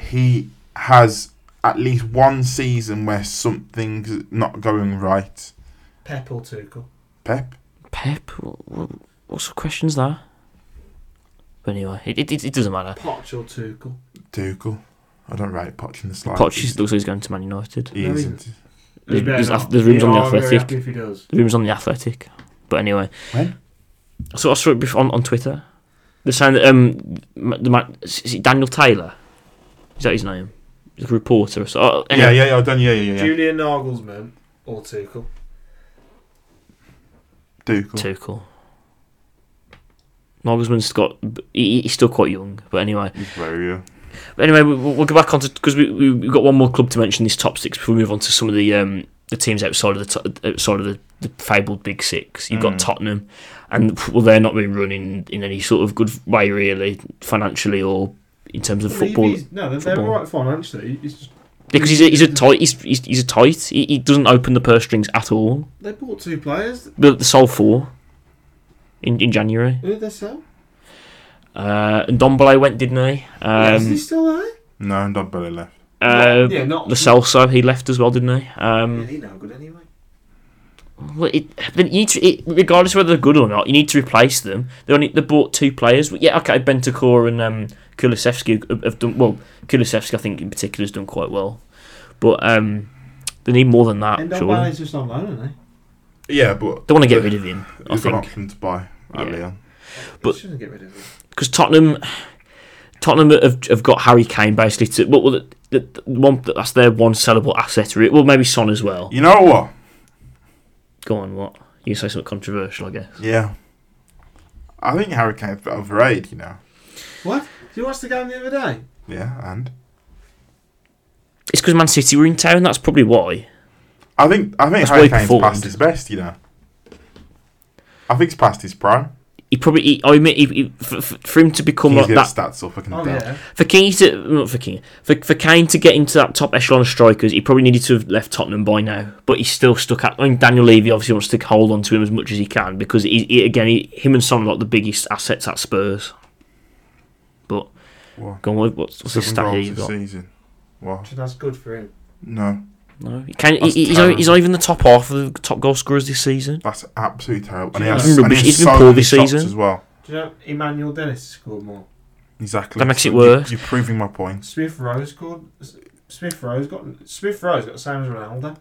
he has at least one season where something's not going right. Pep or Tuchel. Pep, Pep, what, what sort of questions there? But anyway, it, it, it- it doesn't matter. Poch or Tuchel. Tuchel. I don't rate Poch in the slightest. Poch is- looks like he's going to Man United. He No, he isn't. There's, He better there's, not. ath- there's rooms Yeah, on the I'm very Athletic. happy if he does. The rumors on the Athletic. But anyway, When? So I saw it bef- on on Twitter. They're saying that um, ma- the man is it Daniel Taylor? Is that his name? He's a reporter. or So oh, Yeah, anyway. yeah, yeah. I done. Yeah, yeah, yeah. yeah. Julian Nagelsmann or Tuchel. Tuchel. Tuchel. Nagelsmann's got he, he's still quite young, but anyway. He's very real. But anyway, we, we'll go back on to because we we have got one more club to mention this top six before we move on to some of the um the teams outside of the top, uh, outside of the, the fabled big six. You've Mm. got Tottenham, and well, they're not being running in any sort of good way really, financially or in terms of Well, football. he's- No, they're, they're football. right financially. It's just, Because he's a, he's a tight he's, he's, he's a tight. He, he doesn't open the purse strings at all. they bought two players. The, the sole four in, in January. Who did they sell? Uh, and Dombele went, didn't he? Is he Um, still there? No, and Don Belly left. uh, yeah, not the Celso he left as well, didn't he? Yeah, Um, he's no good anyway. well, it, then you need to, it, regardless of whether they're good or not, you need to replace them. They only they bought two players. Yeah, okay, Bentancur and um, Kulusevski have, have done well. Kulusevski, I think in particular, has done quite well, but um, they need more than that. and surely. Dombele's just on loan, isn't Yeah, but They want to get rid of him. I He's think. got an option to buy at Yeah. Leon. he? But- But shouldn't get rid of him. because Tottenham, Tottenham have, have got Harry Kane basically to well, well the, the one that's their one sellable asset. Really. Well, maybe Son as well. You know what? Go on, what you say something controversial, I guess. Yeah. I think Harry Kane's a bit overrated, you know. What? Did you watch the game the other day? Yeah, and It's because Man City were in town. That's probably why. I think I think That's why Harry he Kane's performed. past his best, you know. I think he's past his prime. He probably, he, I mean, he, he, for, for for him to become he's like got that, stats up, I can Oh tell. yeah. for Kane to not for Kane, for, for Kane to get into that top echelon of strikers, he probably needed to have left Tottenham by now. But he's still stuck at. I mean, Daniel Levy obviously wants to hold on to him as much as he can because he, he again, he, him and Son are like the biggest assets at Spurs. But What? Go on, what- what's, what's the Seven stat here goals you've this got? season. What? So That's good for him. No, No, he can, he, That's he's, not, terrible. he's not even the top half of the top goal scorers this season. that's absolutely terrible. And he Yeah. has, He's been and he rubbish. has He's been so poor many this shots season. as well. Do you know Emmanuel Dennis scored more? Exactly. That makes it So you- worse. You're proving my point. Smith Rowe scored. S- Smith Rowe's got Smith Rowe's got the same as Ronaldo.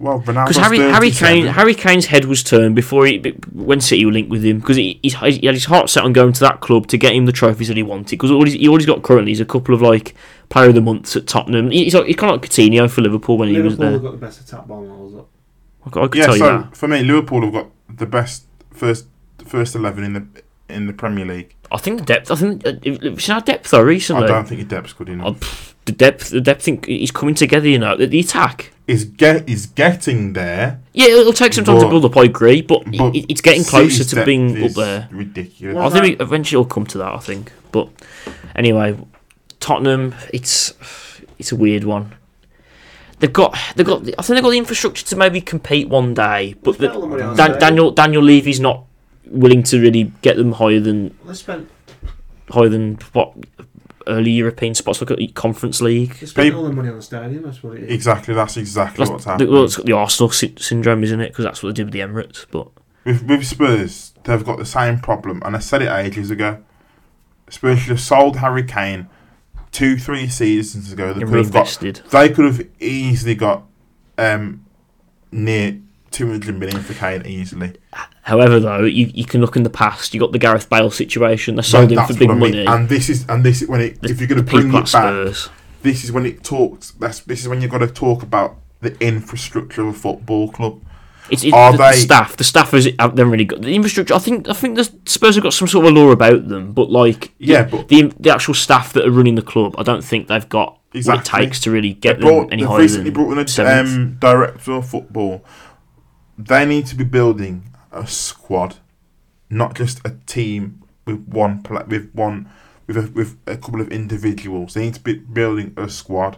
Well, Ronaldo's Because Harry, Harry 37. Kane, Harry Kane's head was turned before he b- when City were linked with him because he, he's- he had his heart set on going to that club to get him the trophies that he wanted. Because all he's, he, all he's got currently is a couple of like player of the months at Tottenham. He- He's, like, he's kind of like Coutinho for Liverpool when he was Liverpool there. have got the best attack ball models up. I could, I could yeah, tell so you that. for me, Liverpool have got the best first first eleven in the in the Premier League. I think the depth. I think uh, it- it's our depth though recently. I don't think your depth's good enough. Oh, the depth, the depth think is coming together. You know, the, the attack. is get is getting there. Yeah, it'll take some time to But- build up. I agree, but, i But it, it's getting closer City's to depth being up is there. Ridiculous. I think we eventually will come to that. I think, but anyway, Tottenham. It's it's a weird one. They've got they've got. I think they've got the infrastructure to maybe compete one day, but the, Dan, Daniel Daniel Levy's not willing to really get them higher than They spent, higher than what early European spots. Look at Conference League. they spent They- all their money on the stadium, that's what it is. Exactly. That's exactly That's, what's the, happening. well, it's got the Arsenal sy- syndrome, isn't it? Because that's what they did with the Emirates. But with, with Spurs, they've got the same problem, and I said it ages ago. Spurs should have sold Harry Kane two, three seasons ago. They they could have got. reinvested. They could have easily got um, near two hundred million for Kane easily. However, though, you, you can look in the past. You got the Gareth Bale situation. They sold That- him for that's big what I mean. money. And this is and this is when it. The- if you're going the to bring people it at back, Spurs. this is when it talks. That's this is when you've got to talk about the infrastructure of a football club. It's, it's Are the, they- the staff. The staff is haven't really got the infrastructure. I think I think the Spurs have got some sort of law about them, but like Yeah, but the the actual staff that are running the club, I don't think they've got what it Exactly. takes to really get They brought- them any they've higher recently than brought in a seventh. um, director of football. They need to be building a squad, not just a team with one pla with one with a, with a couple of individuals. They need to be building a squad.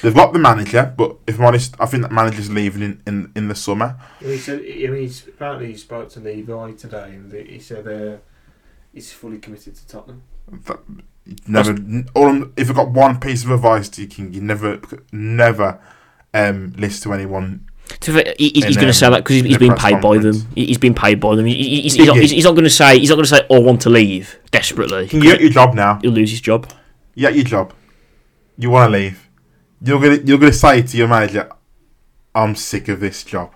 They've got the manager, but if I'm honest, I think that manager's leaving in, in, in the summer. He said, I mean, he's, apparently he spoke to Levi today and he said uh, he's fully committed to Tottenham. Never, n- all I'm- if I've got one piece of advice to you, King, you never, never um, listen to anyone. To be fair, he- he's in, going to um, say that because he's, in he's the being press paid by conference. them. He- He's been paid by them. He- he- He's, he's, not, Yeah. he's, he's not going to say. He's not going to say. Oh, I want to leave desperately. King, you at your job now. He'll lose his job. you at your job, you want to leave, you're gonna you're gonna say to your manager, "I'm sick of this job,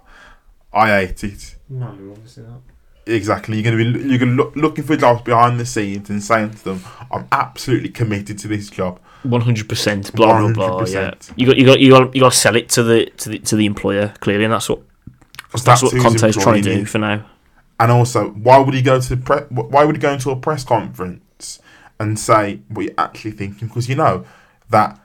I hate it." No, obviously not. Exactly, you're gonna be you're gonna look, looking for jobs behind the scenes and saying to them, "I'm absolutely committed to this job." One hundred percent. Blah blah blah. Yeah. 100%. You got you got you got you got to sell it to the to the to the employer clearly, and that's what Because that's, what who's Conte's trying to employing do you. for now. And also, why would he go to pre- why would he go into a press conference and say what you're actually thinking? Because you know that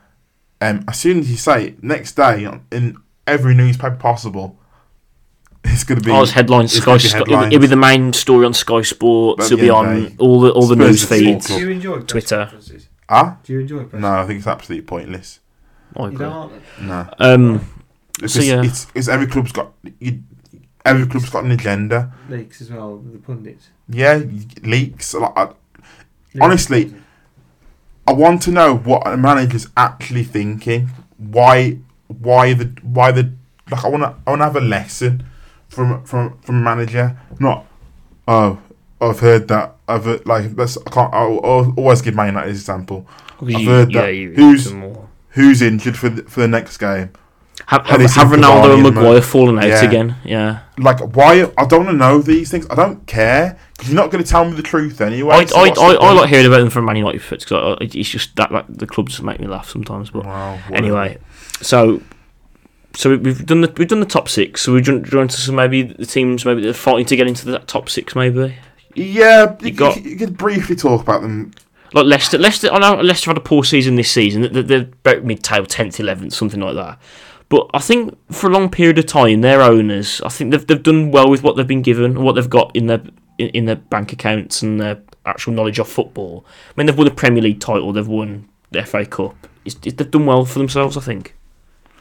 um, as soon as you say it, next day on- in every newspaper possible, it's gonna be Oh, it's headlines. it's Sky, gonna be Sky, headlines. it'll be the main story on Sky Sports. But It'll be yeah, on they- all the all the Spurs news is small feeds. Do you enjoy press Twitter. conferences? ah. Do you enjoy press No, I think it's absolutely pointless. I You agree. don't? No, Um, it's, So, yeah. it's, it's every club's got you, every club's got an agenda. Leaks as well, the pundits. Yeah, y- leaks. Like, I, Honestly, I want to know what a manager's actually thinking. Why, why the, why the, like I want to, I want to have a lesson from from from a manager. Not, oh, I've heard that. I've heard, like that's I can't. I'll, I'll always give Man United as example. I've you- heard yeah, that. you- Who's- some more. Who's injured for the, for the next game? Have, Have have, they have seen Ronaldo and Cavani and Mo- Maguire fallen out Yeah. again? Yeah. like why I don't want to know these things. I don't care because you're not going to tell me the truth anyway. I, so I, what's I, the I point? like hearing about them from Man United fans because it's just that like, the clubs make me laugh sometimes. But Wow, what- anyway, so so we- we've done the we've done the top six. So we've done, drawn to some maybe the teams maybe they're fighting to get into that top six maybe. yeah, You you, got- you, could briefly talk about them. Like Leicester, Leicester. I know Leicester had a poor season this season. They're, they're about mid-table, tenth, eleventh, something like that. But I think for a long period of time, their owners, I think they've they've done well with what they've been given and what they've got in their in, in their bank accounts and their actual knowledge of football. I mean, they've won a Premier League title, they've won the FA Cup. It's, it, they've done well for themselves, I think,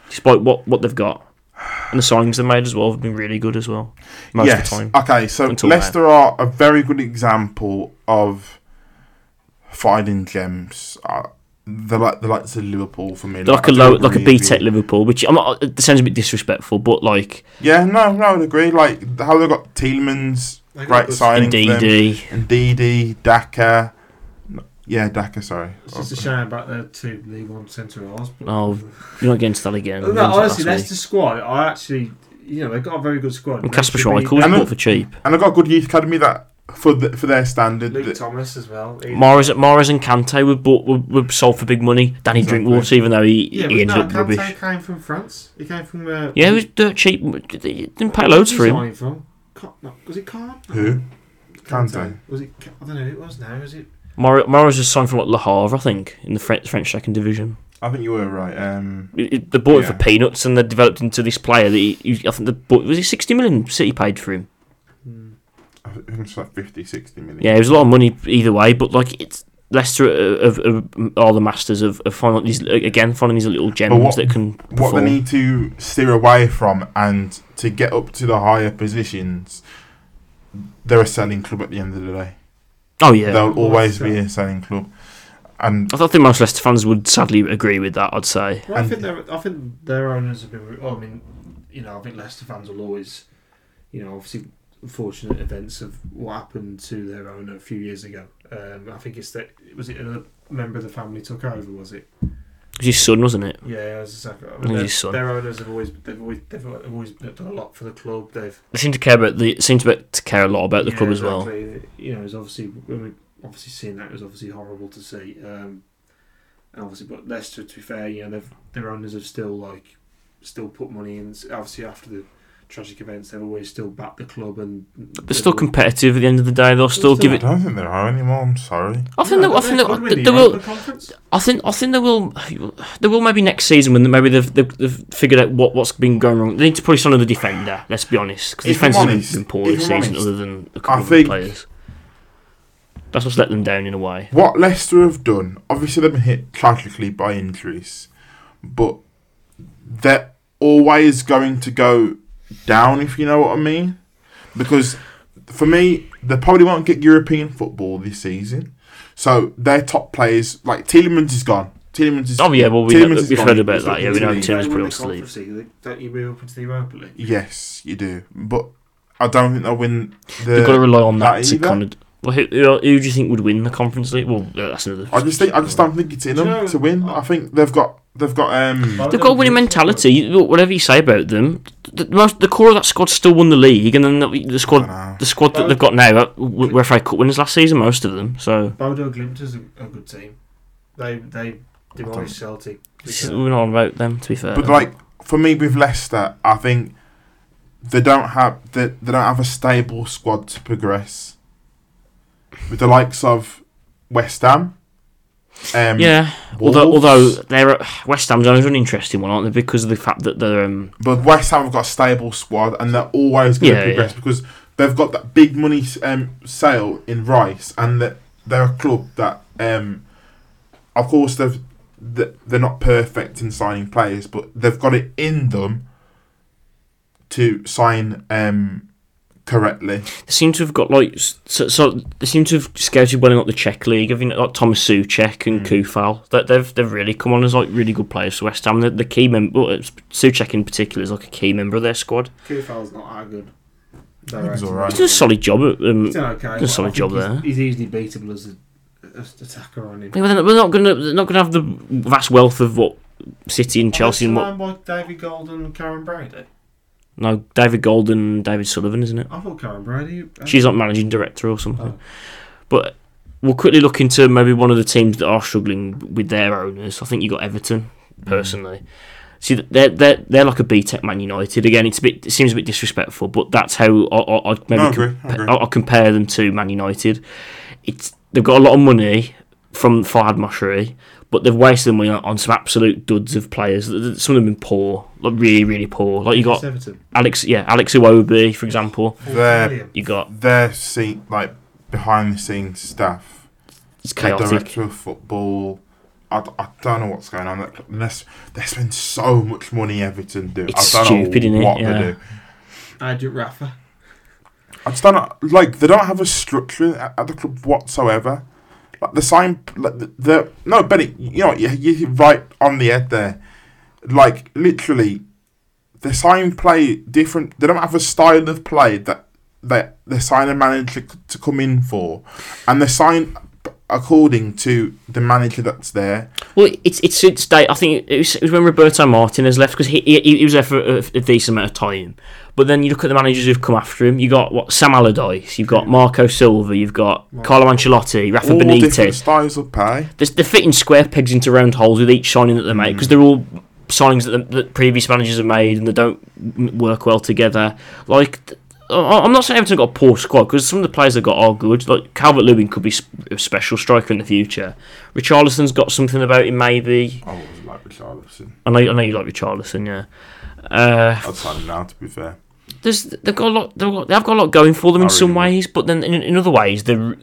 despite what, what they've got. And the signings they made as well have been really good as well, most yes. of the time. Okay, so Until Leicester are a very good example of finding gems. Uh, they're like the likes of Liverpool for me. They're like I a low, don't like a E really- B-Tech Liverpool, which I'm not. It sounds a bit disrespectful, but like Yeah, no, no, I'd agree. Like how they got Tielemans, They got great good- signing, for them, indeed. and Didi, Daka. Yeah, Daka. Sorry, It's just a shame about the two League One centre halves. but- Oh, You're not getting to that again. No, That was honestly, last Leicester squad, I actually, you know, they've got a very good squad. week. And Casper They should be- Schmeichel was And bought then- for cheap. and I got a good youth academy that for the, for their standard. Luke that- Thomas as well. He- Morris, Morris and Kante were bought were, were sold for big money. Danny Exactly. Drinkwater, even though he, he yeah, but ended no, up Kante rubbish. came from France. He came from. Uh, Yeah, he was dirt cheap. They didn't pay loads for Where's he him. signed From? Can, no, was it Khan? Who? Kante. Was it? Ca- I don't know who it was now. Is it? Mor- Morris was signed from like Le Havre, I think, in the French, French second division. I think you were right. Um, It- it- they bought him Yeah. for peanuts, and they developed into this player that he, he- I think they bought, was it sixty million City paid for him. Hmm. I think it's like 50, 60 million. Yeah, it was a lot of money either way, but like it's Leicester of, all the masters of, of finding these again finding these little gems what- that can What they perform. need to steer away from and to get up to the higher positions, they're a selling club at the end of the day. Oh yeah, They'll Well, always that's, be uh, a selling club. And I thought think most Leicester fans would sadly agree with that. I'd say. Well, I And- think their I think their owners have been. Well, I mean, you know, I think Leicester fans will always, you know, obviously unfortunate events of what happened to their owner a few years ago. Um, I think it's that was it another member of the family took over, was it? It was his son, wasn't it? Yeah, it was exactly. I It was mean, their, his son. their owners have always they've always they've always done a lot for the club. They've They seem to care about the seem to, be- to care a lot about the club as well. well. You know, it's obviously when we obviously seen that it was obviously horrible to see. Um, and obviously, but Leicester, to be fair, you know, they've, their owners have still like still put money in. S- Obviously, after the tragic events, they've always still backed the club and They're still competitive at the end of the day. They'll still give I it. don't think there are anymore. I'm sorry. I think. they, I think. could They, win they the will. Europa Conference. I think. I think they will. They will maybe next season when maybe they've, they've, they've figured out what what's been going wrong. They need to probably sign another defender. Let's be honest, because If defense I'm has honest- been, been poor if this I'm season, honest, other than a couple of think- players. That's what's let them down in a way. What Leicester have done, obviously they've been hit tragically by injuries, but they're always going to go down, if you know what I mean. Because for me, they probably won't get European football this season. So their top players, like Tielemans is gone. Tielemans is Oh yeah, well we Tielemans know, is we've gone. heard about He's that. not Yeah, we know leaving. If they Tim's win pretty the much asleep. Conference League, Don't you move up into the Europa League? Yes, you do. But I don't think they'll win the. They've got to rely on that, that to either. kind of. Well, who, who, who do you think would win the Conference League? Well, yeah, that's another. I just think I just don't think it's in Do you them know- to win. I think they've got they've got um They've got a winning mentality. You- look, Whatever you say about them, the, the most, the core of that squad still won the league, and then the, the I squad, dunno. the squad that they've got now, uh, w- were FA Cup winners last season, most of them. So Bodo Glimt is a, a good team. They they demolished Celtic. s- we're not on about them, to be fair. But like for me with Leicester, I think they don't have they, they don't have a stable squad to progress. With the likes of West Ham, um, yeah, Wolves. although although they're uh, West Ham's always an interesting one, aren't they? Because of the fact that they're um, but West Ham have got a stable squad and they're always going to Yeah, progress because they've got that big money um, sale in Rice and that they're a club that um, of course they've th- they're not perfect in signing players but they've got it in them to sign um, correctly. they seem to have got like s- so, so they seem to have scouted well in like the Czech league. I think like Thomas Suchek and Mm. Kufal that they've they've really come on as like really good players for West Ham. The, the key member well, it's- Suchek in particular is like a key member of their squad. Kufal's not that good. He's alright. He's done a solid job. At, um, He's done okay. He's done a solid I think job he's, there. He's easily beatable as a, as an attacker on him. Yeah, but they're we're not going to they're not going to have the vast wealth of what City and Chelsea and what. Signed by David Gold and Karen Brady. No, David Golden, and David Sullivan, isn't it? I thought Karen Brady. uh, She's like managing director or something. Oh. But we'll quickly look into maybe one of the teams that are struggling with their owners. I think you got Everton Mm. personally. See, they're they're they're like a BTEC Man United again. It's a bit it seems a bit disrespectful, but that's how I, I, I'd maybe No, I agree, I agree. I'll, I'll compare them to Man United. It's they've got a lot of money from Fahad Moshiri, but they've wasted money on, on some absolute duds of players. Th- th- Some of them have been poor, like really, really poor. Like you got Everton. Alex, yeah, Alex Iwobi, for example. They're You got they're seen like behind the scenes staff. it's the chaotic. director of football. I, d- I don't know what's going on. That- Unless they spend so much money, Everton do. It's I don't stupid, know innit? what Yeah. they do. Adjut Rafa. I just don't know, like they don't have a structure at, at the club whatsoever. Like the sign, like the, the no Benny, you know what, you you hit right on the head there. Like literally, they sign play different. They don't have a style of play that that they sign a manager c- to come in for, and they sign according to the manager that's there. Well, it's it's it's day. I think it was, it was when Roberto Martinez left because he, he he was there for a, a decent amount of time. But then you look at the managers who've come after him. You got what Sam Allardyce, you've got Marco Silva, you've got Carlo Ancelotti, Rafa All different Benitez. styles of play. They're, they're fitting square pegs into round holes with each signing that they make because Mm. they're all signings that the that previous managers have made and they don't m- work well together. Like th- I- I'm not saying Everton got a poor squad because some of the players they got are good. Like Calvert Lewin could be sp- a special striker in the future. Richarlison's got something about him, maybe. I always like Richarlison. I know, I know you like Richarlison, yeah. Uh, I'd sign him now, to be fair. there's, they've got a lot. They've got, they've got a lot going for them I in really some would. ways, but then in, in other ways they're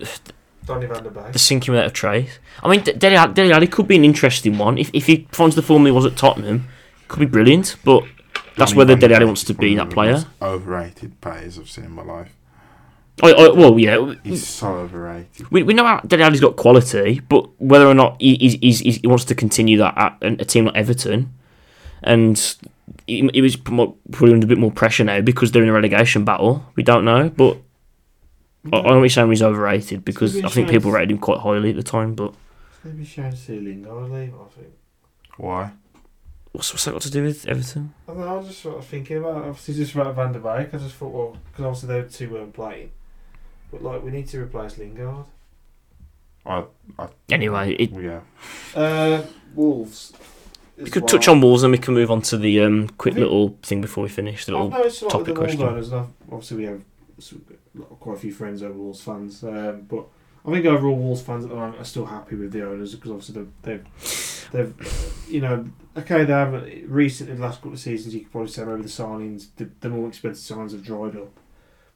Donny van der Beek. the sinking without a trace. I mean, De- Dele Alli- Dele Alli could be an interesting one if, if he finds the form he was at Tottenham. Could be brilliant, but that's Johnny whether Van Dele Alli Dijk wants to is be one that of the player. most Overrated players I've seen in my life. I, I, well, yeah, He's so Hmm. overrated. we, we know how Dele Alli's got quality, but whether or not he, he's, he's, he's- he wants to continue that at an- a team like Everton, and he, he was p- more- probably under a bit more pressure now because they're in a relegation battle. We don't know, but I, I know what you're saying. He's overrated because He's I think overrated. people rated him quite highly at the time. But Maybe Shane Sealing, I would leave, I think. Why? what's, what's that got to do with Everton? I don't know, I was just sort of thinking about obviously just about Van der Beek. I just thought, well, because obviously those two weren't playing. But, like, we need to replace Lingard. I, Anyway, it, well, yeah. Uh, Wolves. we could touch on Wolves and we can move on to the um, quick I think- little thing before we finish. The I've Oh, little, noticed a lot of the topic Wolves question. owners, and I've, obviously we have s- got quite a few friends who are Wolves fans, um, but I think overall Wolves fans at the moment are still happy with the owners because obviously they've, they've, they've you know, okay, they haven't recently the last couple of seasons you could probably say maybe the signings, the, the more expensive signings have dried up,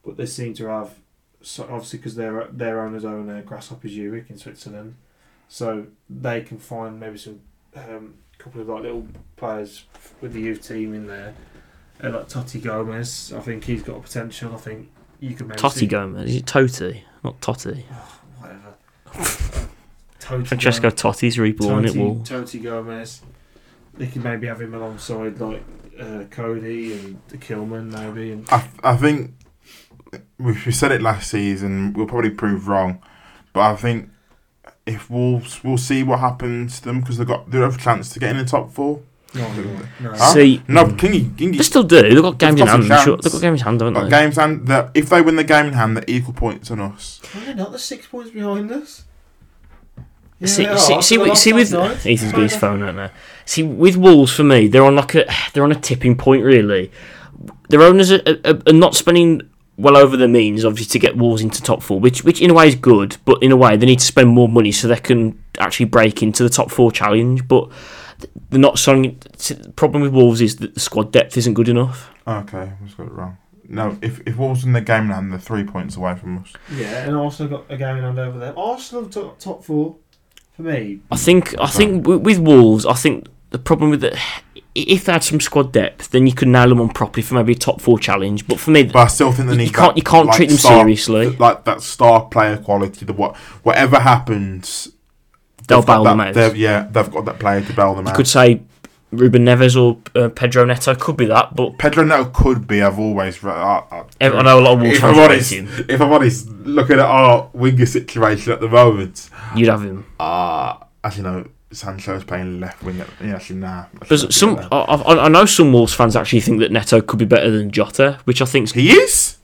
but they seem to have so obviously because their their owners own uh, Grasshopper Zurich in Switzerland, so they can find maybe some um, couple of like little players with the youth team in there. Uh, like Totti Gomez, I think he's got potential. I think you could maybe see- Totti Gomez, is it Totti, not Totti? whatever. Totti Francesco Totti's reborn at Wolves. Totti Gomez. They could maybe have him alongside like uh, Cody and Kilman maybe. And I, th- I think we, we said it last season. We'll probably prove wrong, but I think if Wolves, we'll see what happens to them because they got they have a chance to get in the top four. no, no, no. Huh? See, hmm. No, Kingy, They Kingy. still do. They've got games in got some hand. Sure. chance. They've got games in hand, haven't Got they? games and the, if they win the game in hand, they're equal points on us. Are they not the six points behind us? see, they see, are. see, They with, lost see with last night. Ethan's got his phone out now. See with Wolves for me, they're on like a they're on a tipping point really. Their owners are, are, are not spending well over their means, obviously, to get Wolves into top four, which which in a way is good, but in a way they need to spend more money so they can actually break into the top four challenge. But they're not signing. see, The problem with Wolves is that the squad depth isn't good enough. Okay, we just got it wrong. No, if if Wolves win the game in hand, they're three points away from us. Yeah, and Arsenal got a game in hand over them. Arsenal top, top four for me. I think I think w- with Wolves, I think the problem with the if they had some squad depth, then you could nail them on properly for maybe a top four challenge. But for me, But I still think they You- need you can't- that, you can't like, treat them star- seriously. th- like that star player quality. The what whatever happens, They'll they've got bail that- them out. they've- Yeah, they've got that player to bail them you out. could say Ruben Neves or uh, Pedro Neto could be that. But Pedro Neto could be. I've always. re- I, I, ev- I know a lot of Wolves if I'm fans hate honest, him. if I'm honest, looking at our winger situation at the moment, You'd have him. uh as you know, Sancho's playing left wing. At, yeah, actually, nah. actually, But some, nah. I, I, I know some Wolves fans actually think that Neto could be better than Jota, which I think's he is.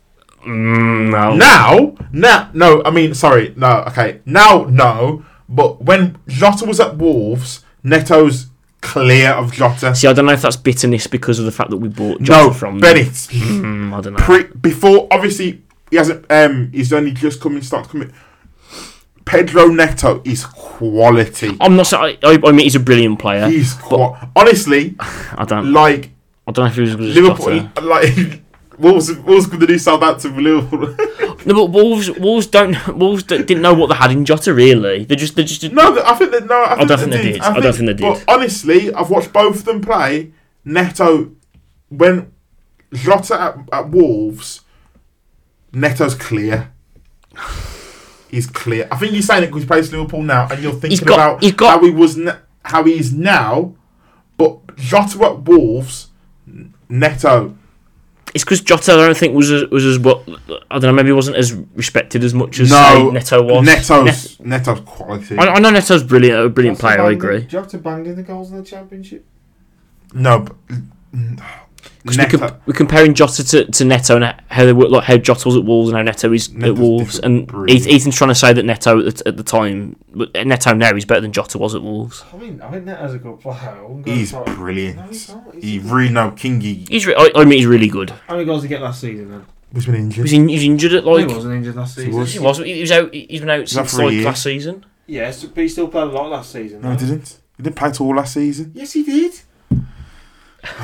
mm, no. Now, now, no, I mean, sorry, no, okay, now, no, but when Jota was at Wolves, Neto's clear of Jota. See, I don't know if that's bitterness because of the fact that we bought Jota no, from them. Bennett. Mm, I don't know. Pre- before, obviously, he hasn't, um, he's only just coming, start coming. Pedro Neto is quality. I'm not. sa- I, I I mean, he's a brilliant player. He's qual- honestly I don't. like I don't know if he was as good as Liverpool, Um, Jota. like Wolves. Wolves going to do Southampton with Liverpool. No, but Wolves, Wolves don't, Wolves d- didn't know what they had in Jota really. They just, they just, No, th- I think that no. I, think don't think they did. I don't think they but did. honestly, I've watched both of them play. Neto, when Jota at, at Wolves, Neto's clear. He's clear. I think you're saying it because he plays Liverpool now, and you're thinking He's got- about he's got- how he was, n how he is now. But Jota at Wolves, N- Neto. it's because Jota, I don't think was as, was as what I don't know. Maybe he wasn't as respected as much as say, No, Neto was. Neto's Neto's quality. Net- I, I know Neto's brilliant, a brilliant That's player. I abandoned- agree. Do you have to bang in the goals in the championship? No, but, mm, Because we Neto. comp- we're comparing Jota to, to Neto and how they were, like how Jota was at Wolves and how Neto is Neto's at Wolves. different And breed. Eth- Ethan's trying to say that Neto at the, at the time, but Neto now is better than Jota was at Wolves. I mean, I think that has a good player. I'm gonna He's start- brilliant. No, he's not. He's he a good- really no Kingy. He's, re- I, I mean, he's really good. How many goals did he get last season then? He's been injured. Was he, he was injured at Well, like? he wasn't injured last He season. was. He was. He was out. He's been out Was that since for a like year? last season. Yes, but he still played a lot last season. no, he though. didn't. He didn't play at all last season. Yes, he did.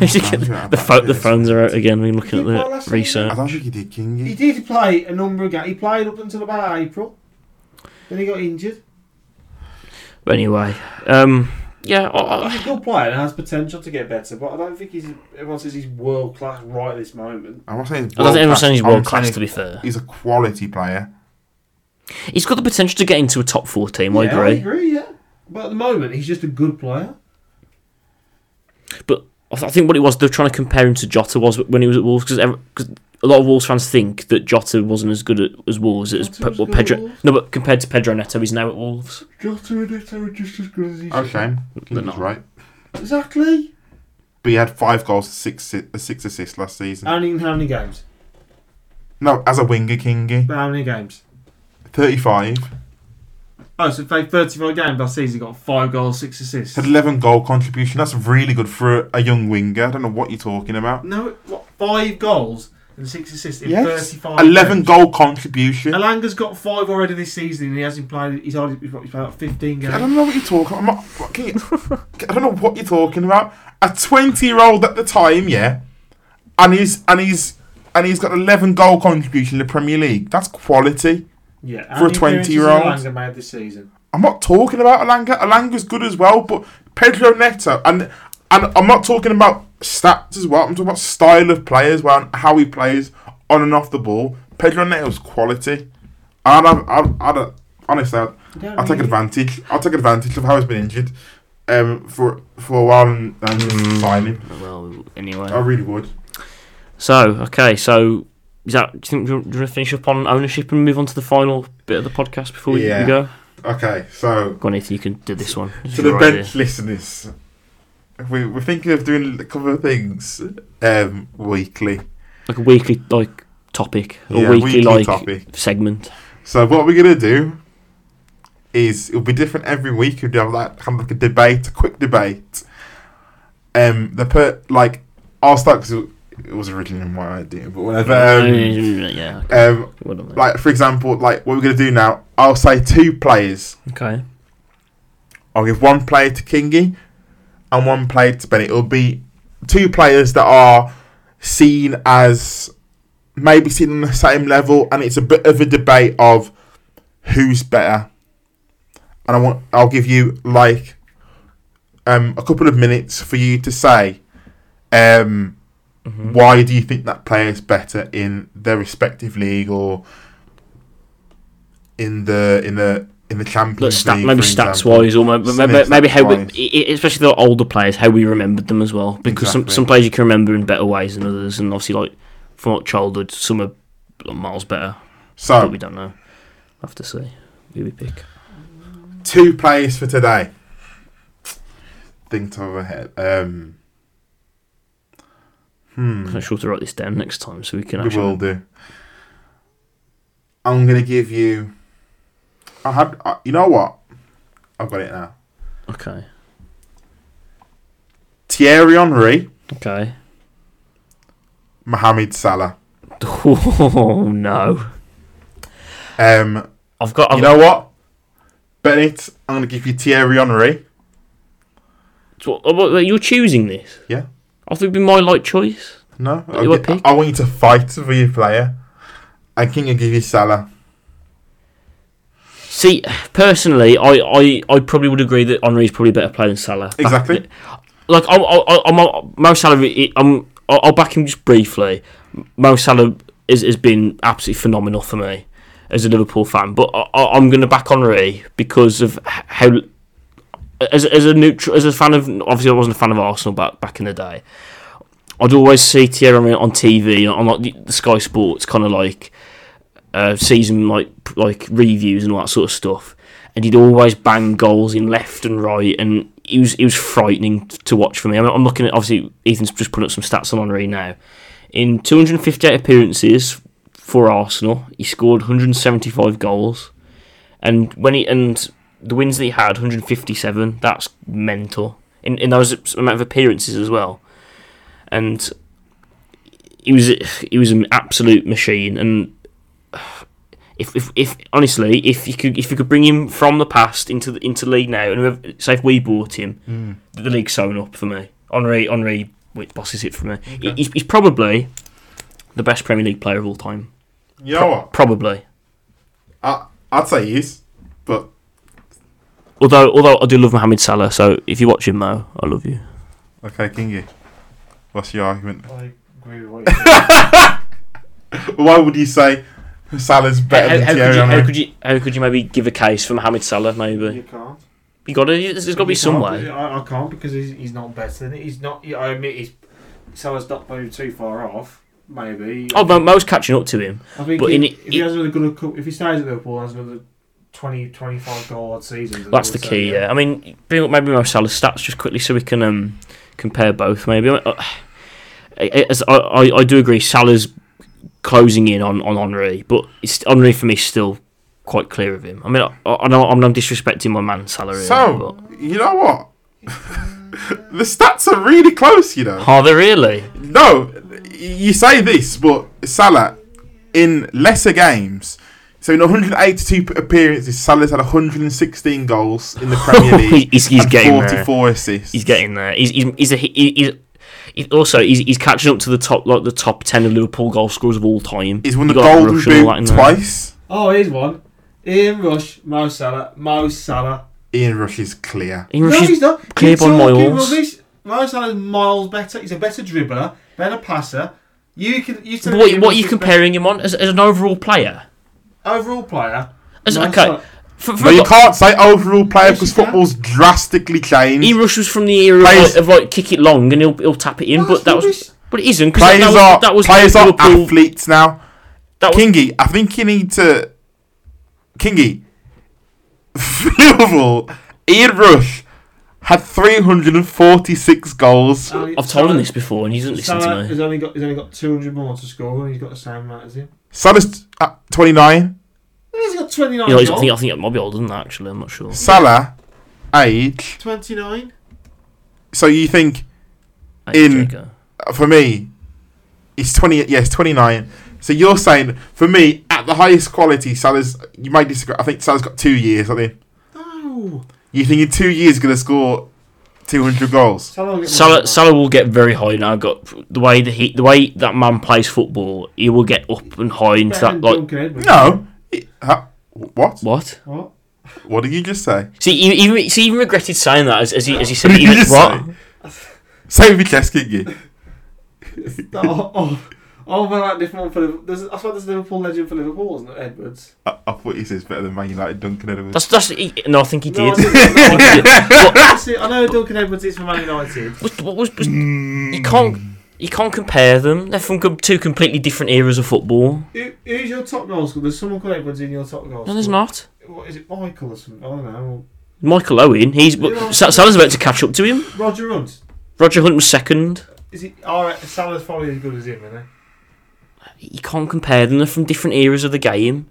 the pho- the phones are out again. We're looking at Did he play the last season? I don't research. think he did, King. He did play a number of games. He played up until about April. Then he got injured. But anyway, um, yeah, I, I- He's a good player and has potential to get better, but I don't think he's. Everyone says he's world class right at this moment. I'm not saying he's I don't think anyone's world-class. saying he's I'm world class. saying To be fair, He's a quality player. he's got the potential to get into a top four team. I yeah, agree. I agree, yeah. But at the moment, he's just a good player. But I, th- I think what it was they were trying to compare him to Jota was when he was at Wolves because a lot of Wolves fans think that Jota wasn't as good at, as Wolves as Jota Pe- was what good at Pedro. Wolves. No, but compared to Pedro Neto, he's now at Wolves. Jota and Neto are just as good as he Okay, They're he's not. right. Exactly. But he had five goals, six si- uh, six assists last season. Uh, And in how many games? no, as a winger, Kingy, How many games? thirty-five. Oh, so played 35 games last season, got five goals, six assists. Had eleven goal contribution. That's really good for a young winger. I don't know what you're talking about. No, what, five goals and six assists in Yes. 35 Eleven games. goal contribution. Alanga's got five already this season and he hasn't played, he's already he's played about 15 I games. don't know what you're talking. I'm not, what can you, I don't know what you're talking about. A 20 year old at the time, yeah, and he's and he's and he's got 11 goal contribution in the Premier League. That's quality. Yeah, For a 20-year-old. Alanga made this season. I'm not talking about Alanga. Alanga's good as well, but Pedro Neto and and I'm not talking about stats as well. I'm talking about style of play as well and how he plays on and off the ball. Pedro Neto's quality. I'd have, I'd, I'd, have- honestly, I'd, I'll take advantage. I'll take advantage of how he's been injured um, for for a while and, and Mm. just sign him. Well, I anyway. really would. So okay, so is that? Do you think do you want to finish up on ownership and move on to the final bit of the podcast before we, we Yeah. go? Okay, so Go on, Ethan. You can do this one. This is to the your idea. bench listeners, we, we're thinking of doing a couple of things um, weekly. like a weekly like topic or Yeah, weekly, weekly like topic. segment. So what we're gonna do is it'll be different every week. We'll have that kind of like a debate, a quick debate. Um, the per like I'll start because it was originally my idea, but whatever. Um, yeah. okay. um, Well done, mate. like for example, like what we're gonna do now, I'll say two players. okay. I'll give one player to Kingy and one player to Bennett. It'll be two players that are seen as maybe seen on the same level, and it's a bit of a debate of who's better. And I want I'll give you like um, a couple of minutes for you to say um, Mhm. why do you think that player is better in their respective league or in the in the in the Look, Champions stat, League? maybe for stats example? wise, or maybe, Stat- maybe, maybe how, we, stats-wise. i- i- especially the older players, how we remembered them as well. Because some, Exactly. some players you can remember in better ways than others, and obviously like from like childhood, some are miles better, but So we don't know. We'll have to see who we pick. two players for today. Think top of my head. Um, hmm. I'm sure to write this down next time so we can We actually. will do. I'm gonna give you. I had. I, you know what? I've got it now. Okay. Thierry Henry, Okay. Mohamed Salah. Oh no! Um, I've got. I've, you know what? Bennett, I'm gonna give you Thierry Henry. So, oh, wait, wait, you're choosing this. Yeah. I thought it'd be my light choice. No, You I'll want gi- pick? I want you to fight for your player. I think I'll give you Salah. See, personally, I, I, I probably would agree that Henry's probably a better player than Salah. Back- Exactly. like I'm, I- I'm, I'm Mo Salah. i- I'm, I'll I'll back him just briefly. Mo Salah is, has been absolutely phenomenal for me as a Liverpool fan, but I, I- I'm going to back Henry because of h- how, as, as a neutral, as a fan of obviously I wasn't a fan of Arsenal back back in the day. I'd always see Thierry Henry on TV on like the, the Sky Sports kind of like uh, season like like reviews and all that sort of stuff. And he'd always bang goals in left and right, and he was he was frightening t- to watch for me. I'm, I'm looking at obviously Ethan's just putting up some stats on Henry now. In 258 appearances for Arsenal, he scored 175 goals, and when he and the wins that he had 157. That's mental in in those amount of appearances as well, and he was he was an absolute machine, and if, if, if honestly, if you could if you could bring him from the past into the into league now, and whoever, say if we bought him, Mm. the league's sewn up for me. Henri Henri which bosses it for me. He- Okay. He's, he's probably the best Premier League player of all time. You know what? Probably, I, I'd say yes, but although although I do love Mohamed Salah. So if you watch him, Mo, I love you. okay, Kingy. What's your argument? I agree with what you said. Why would you say Salah's better how, than how Thierry could you, how Henry? could you how could you maybe give a case for Mohamed Salah? Maybe you can't. you got to. There's got to be You some can't, way. I, I can't because he's, he's not better than it. He's not. I admit he's. Salah's not playing too far off. Maybe. Oh, Mo, Mo's catching up to him. I think But if, in it- if he has another good, coup- if he stays at Liverpool, and has another 20, 25 goal odd season. then That's I the would say, key. Yeah, I mean, bring up maybe Mo Salah's stats just quickly so we can um, compare both. Maybe Uh, as I, I, I do agree, Salah's closing in on on Henri, but it's Henri for me is still quite clear of him. I mean, I, I know I'm not disrespecting my man Salah. here, So, you know what? the stats are really close, you know. but, are they really? No, you say this, but Salah, in lesser games, so in 182 appearances, Salah's had 116 goals in the Premier League. he's he's and getting there. 44 assists. He's getting there. He's he's, he's a he- he's, he's also he's, he's catching up to the top like the top ten of Liverpool goal scorers of all time. He's won You the got Golden Rush and all that in Boot there. twice. Oh, here's one. Ian Rush, Mo Salah, Mo Salah. Ian Rush is clear. He rushes- no, he's not. clear You're by talking miles. rubbish. Mo Salah's miles better. He's a better dribbler, better passer. You can. You tell me what Ian what are Rush you is better comparing him on as, as an overall player? Overall player. As, Mo okay, Salah. for, for But you a guy- can't say overall player Yes, because you can. football's drastically changed. he rushes from the era of Players- like, of like kick it long and he'll he'll tap it in, No, but it's that was rubbish. but it isn't because players that was are that was players are Liverpool- athletes now. That was, Kingy, I think you need to. Kingy, Liverpool, Ian Rush had 346 goals. Oh, I've told him Salah- this before and he doesn't listen Salah to me. has only got he's only got two hundred more to score, and he's got the same amount as him. Salah's uh, at 29. He's got twenty nine. You know, he's- I think I think it might be older than that actually. I'm not sure. Salah, age. Twenty nine. So you think, I In- think, uh, uh, for me, it's 20. Yes, 29. So you're saying, for me, at the highest quality, Salah's. You might disagree. I think Salah's got two years. I think. No. You think in two years going to score 200 goals? Salah. will get more than Salah, that. Salah will get very high now. Got the way that he, the way that man plays football, he will get up and high into Better than that. Like Duncan Edwards. No. It- huh? What? what? What? What did you just say? See, he he even see, he even regretted saying that as, as he as he said. What it. did he you went, just what? say? Save your chest, Kingy. oh, oh, oh, well, that different one for Liverpool. There's, I suppose there's a Liverpool legend for Liverpool, wasn't it, Edwards? I, I thought he says better than Man United. Duncan Edwards. That's that's. He, no, I think he No, I did. didn't. No, I didn't. what, Honestly, I know Duncan Edwards is from Man United. what, what was, was Mm. you can't you can't compare them. They're from com- two completely different eras of football. Who, who's your top goal scorer? There's someone called Edwards in your top goal No, there's scorer. not. What is it, Michael or something? I don't know. Michael Owen. He's but Sa- Salah's about to catch up to him. Roger Hunt. Roger Hunt was second. Is he? Alright, Salah's probably as good as him, isn't You can't compare them. They're from different eras of the game.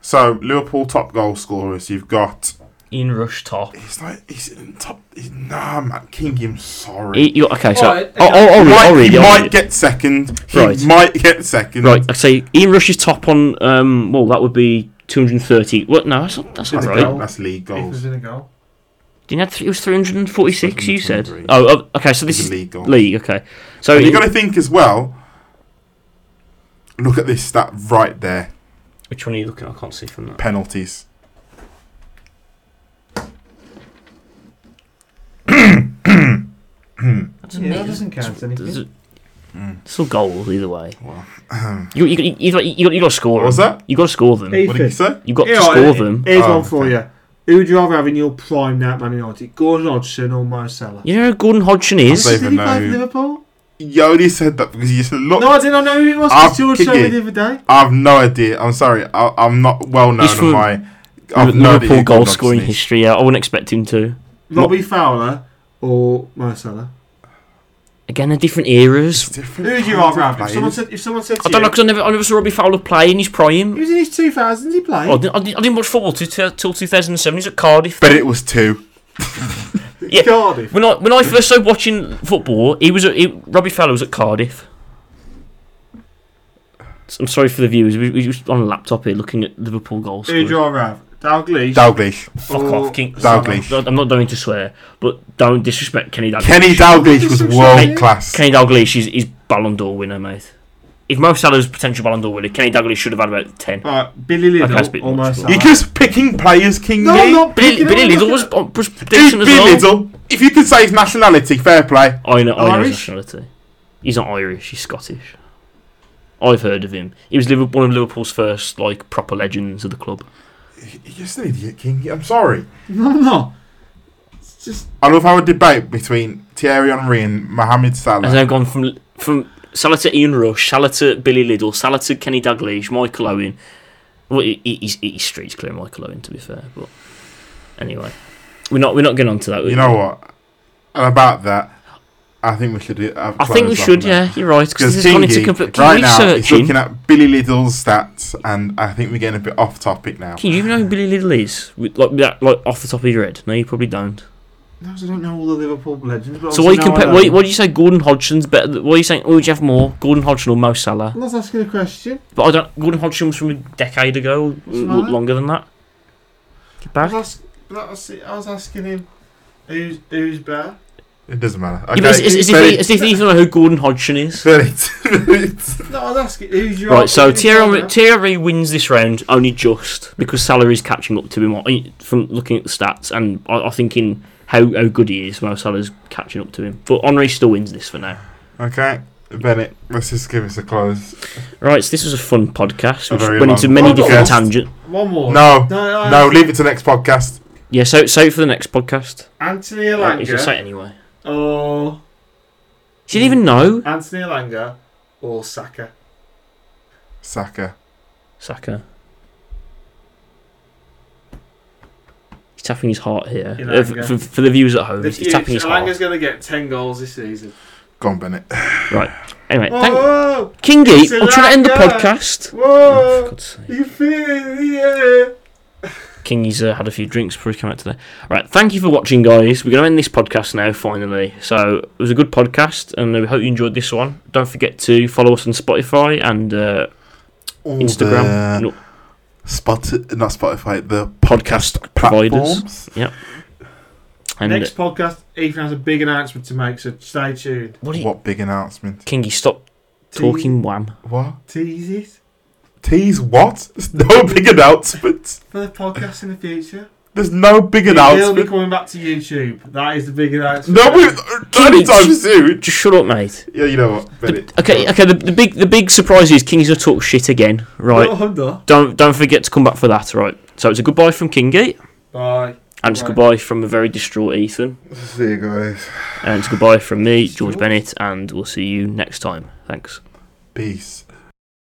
So Liverpool top goal scorers. You've got. Ian Rush top. It's like he's in top. He's, nah, man, Kingy. I'm sorry. He- you- okay, so Alright, I'll, I'll, I'll, read- He might, I'll read he it, I'll read might it. get second. He Right. might get second. Right, I say Ian Rush is top on. Um, well, that would be 230. What? No, that's not. That's not That's, right. league, that's league he? If there's goals. in a goal. Didn't have three, it was 346. You said. 323. Oh, oh, okay. So this It's is a league goal. league. Okay. So And you got to think as well. Look at this stat right there. which one are you looking? at? I can't see from that. Penalties. That Yeah, that doesn't count as anything. Mm. Still goals either way. Well, You you you, you, you, got, you got to score. What was them. that? You got to score them. Hey, What did you say? You got Yeah, to score right, them. Here's Oh, one for okay. you. Who would you rather have in your prime now at Man United? Gordon Hodgson or Mo Salah? You know who Gordon Hodgson I'll is. say- Did he even play for know who- Liverpool? You only said that because you just look. No, I didn't know who it was. Ah, because George kid showed me you. the other day. I have no idea. I'm sorry. I, I'm not well known He's in from my. I've no idea Liverpool who goal Gordon scoring Hodgson is. history. Yeah, I wouldn't expect him to. Robbie Fowler or Mo Salah? Again, they're different It's eras. different. Who would you kinds rather of have? If someone players. said, if someone said to I don't know you, because I never, I never saw Robbie Fowler play in his prime. he was in his 2000s, he played. Oh, I, didn't, I, didn't, I didn't watch football till, till, till 2007. He's at Cardiff. But it was two. yeah. Cardiff. When I when I first started watching football, he was at, he, Robbie Fowler was at Cardiff. I'm sorry for the viewers. We, we just on a laptop here looking at Liverpool goals. Who do you rather have? Dalgleish? Dalglish. Fuck or- off, King. Dalglish. No, I'm not going to swear, but don't disrespect Kenny Dalglish. Kenny Dalglish was world class. Kenny Dalglish is, is Ballon d'Or winner, mate. If Mo Salah's potential Ballon d'Or winner, Kenny Dalglish should have had about ten. Alright, Billy Okay, that's a Lidl bit or much, Mo but- Salah? You're just picking players, King. No, Yee. I'm not Billy, picking him, Billy I'm Lidl looking- was on- was Dude, decent as Billy well. Lidl. If you could say his nationality, fair play. I know, I know his Irish? nationality. He's not Irish. He's Scottish. I've heard of him. He was Liverpool, one of Liverpool's first like proper legends of the club. You're just an idiot, King. I'm sorry. No, I'm not. It's just. I love how a debate between Thierry Henry and Mohamed Has Salah. now gone from from Salah to Ian Rush, Salah to Billy Lidl, Salah to Kenny Dalglish, Michael Owen. Well, he, he's, he's streets clear, Michael Owen, to be fair. But anyway, we're not we're not getting on to that. You know what? And about that, I think we should. have I think we close on should. that. Yeah, you're right. Because Because this has gone into Kingy, complete right now, he's researching. looking at Billy Lidl's stats, and I think we're getting a bit off topic now. Can you even know who Billy Lidl is? With, like that, like off the top of your head? No, you probably don't. No, 'cause I don't know all the Liverpool legends. But So why you obviously now I compare? know Why, um, them. why do you say Gordon Hodgson's better? Than, why are you saying? Oh, Jeff Moore, Gordon Hodgson or Mo Salah? Let's ask you a question. But I don't. Gordon Hodgson was from a decade ago, l- Something like that. longer than that. Get back. I was, ask, that was, I was asking him who's, who's better. It doesn't matter. Yeah, but it's, it's, it's, if he, it's if you even know who Gordon Hodgson is. No, I was asking who's your. Right, so who's Thierry, better? Thierry wins this round only just because Salah is catching up to him I- from looking at the stats and I, I think in how, how good he is, Mo Salah's catching up to him. But Henri still wins this for now. okay, Bennett, let's just give us a close. Right, so this was a fun podcast. A which very went into long many podcast. different tangents. One more. No, No, no, leave it to next podcast. Yeah, so so for the next podcast. Anthony Right, you should say Alanga it anyway. or She didn't even know. Anthony Alanga or Saka. Saka. Saka. He's tapping his heart here. In Uh, f- anger. for, for the viewers at home, The he's huge, Oh, tapping his heart. Alanga's going to get ten goals this season. Go on, Bennett. Anyway, Oh, thank Whoa, Kingy, I'm trying to end the Saka. podcast. Oh, for whoa! God's sake. You feel it in the air. Kingy's uh, had a few drinks before he came out today. Right, thank you for watching, guys. We're going to end this podcast now, finally. So it was a good podcast, and we hope you enjoyed this one. Don't forget to follow us on Spotify and uh, All Instagram. the No, Spot, not Spotify, the podcast, Podcast providers. platforms. and uh, Next podcast, Ethan has a big announcement to make, so stay tuned. what? Are you, What big announcement? Kingy, stop talking wham. What? Tease it Tease what? There's no big announcement. for the podcast in the future. There's no big He'll be announcement. coming back to YouTube. That is the big announcement. No, we, Can you anytime just- soon. Just shut up, mate. Yeah, you know what, The, Bennett. okay, okay. The, the big, the big surprise is Kingy's gonna talk shit again, right? Not Honda. Don't, don't forget to come back for that, right? So it's a goodbye from Kingy, Bye. and it's Right. goodbye from a very distraught Ethan, See you guys. and it's goodbye from me, George Bennett, and we'll see you next time. Thanks. Peace.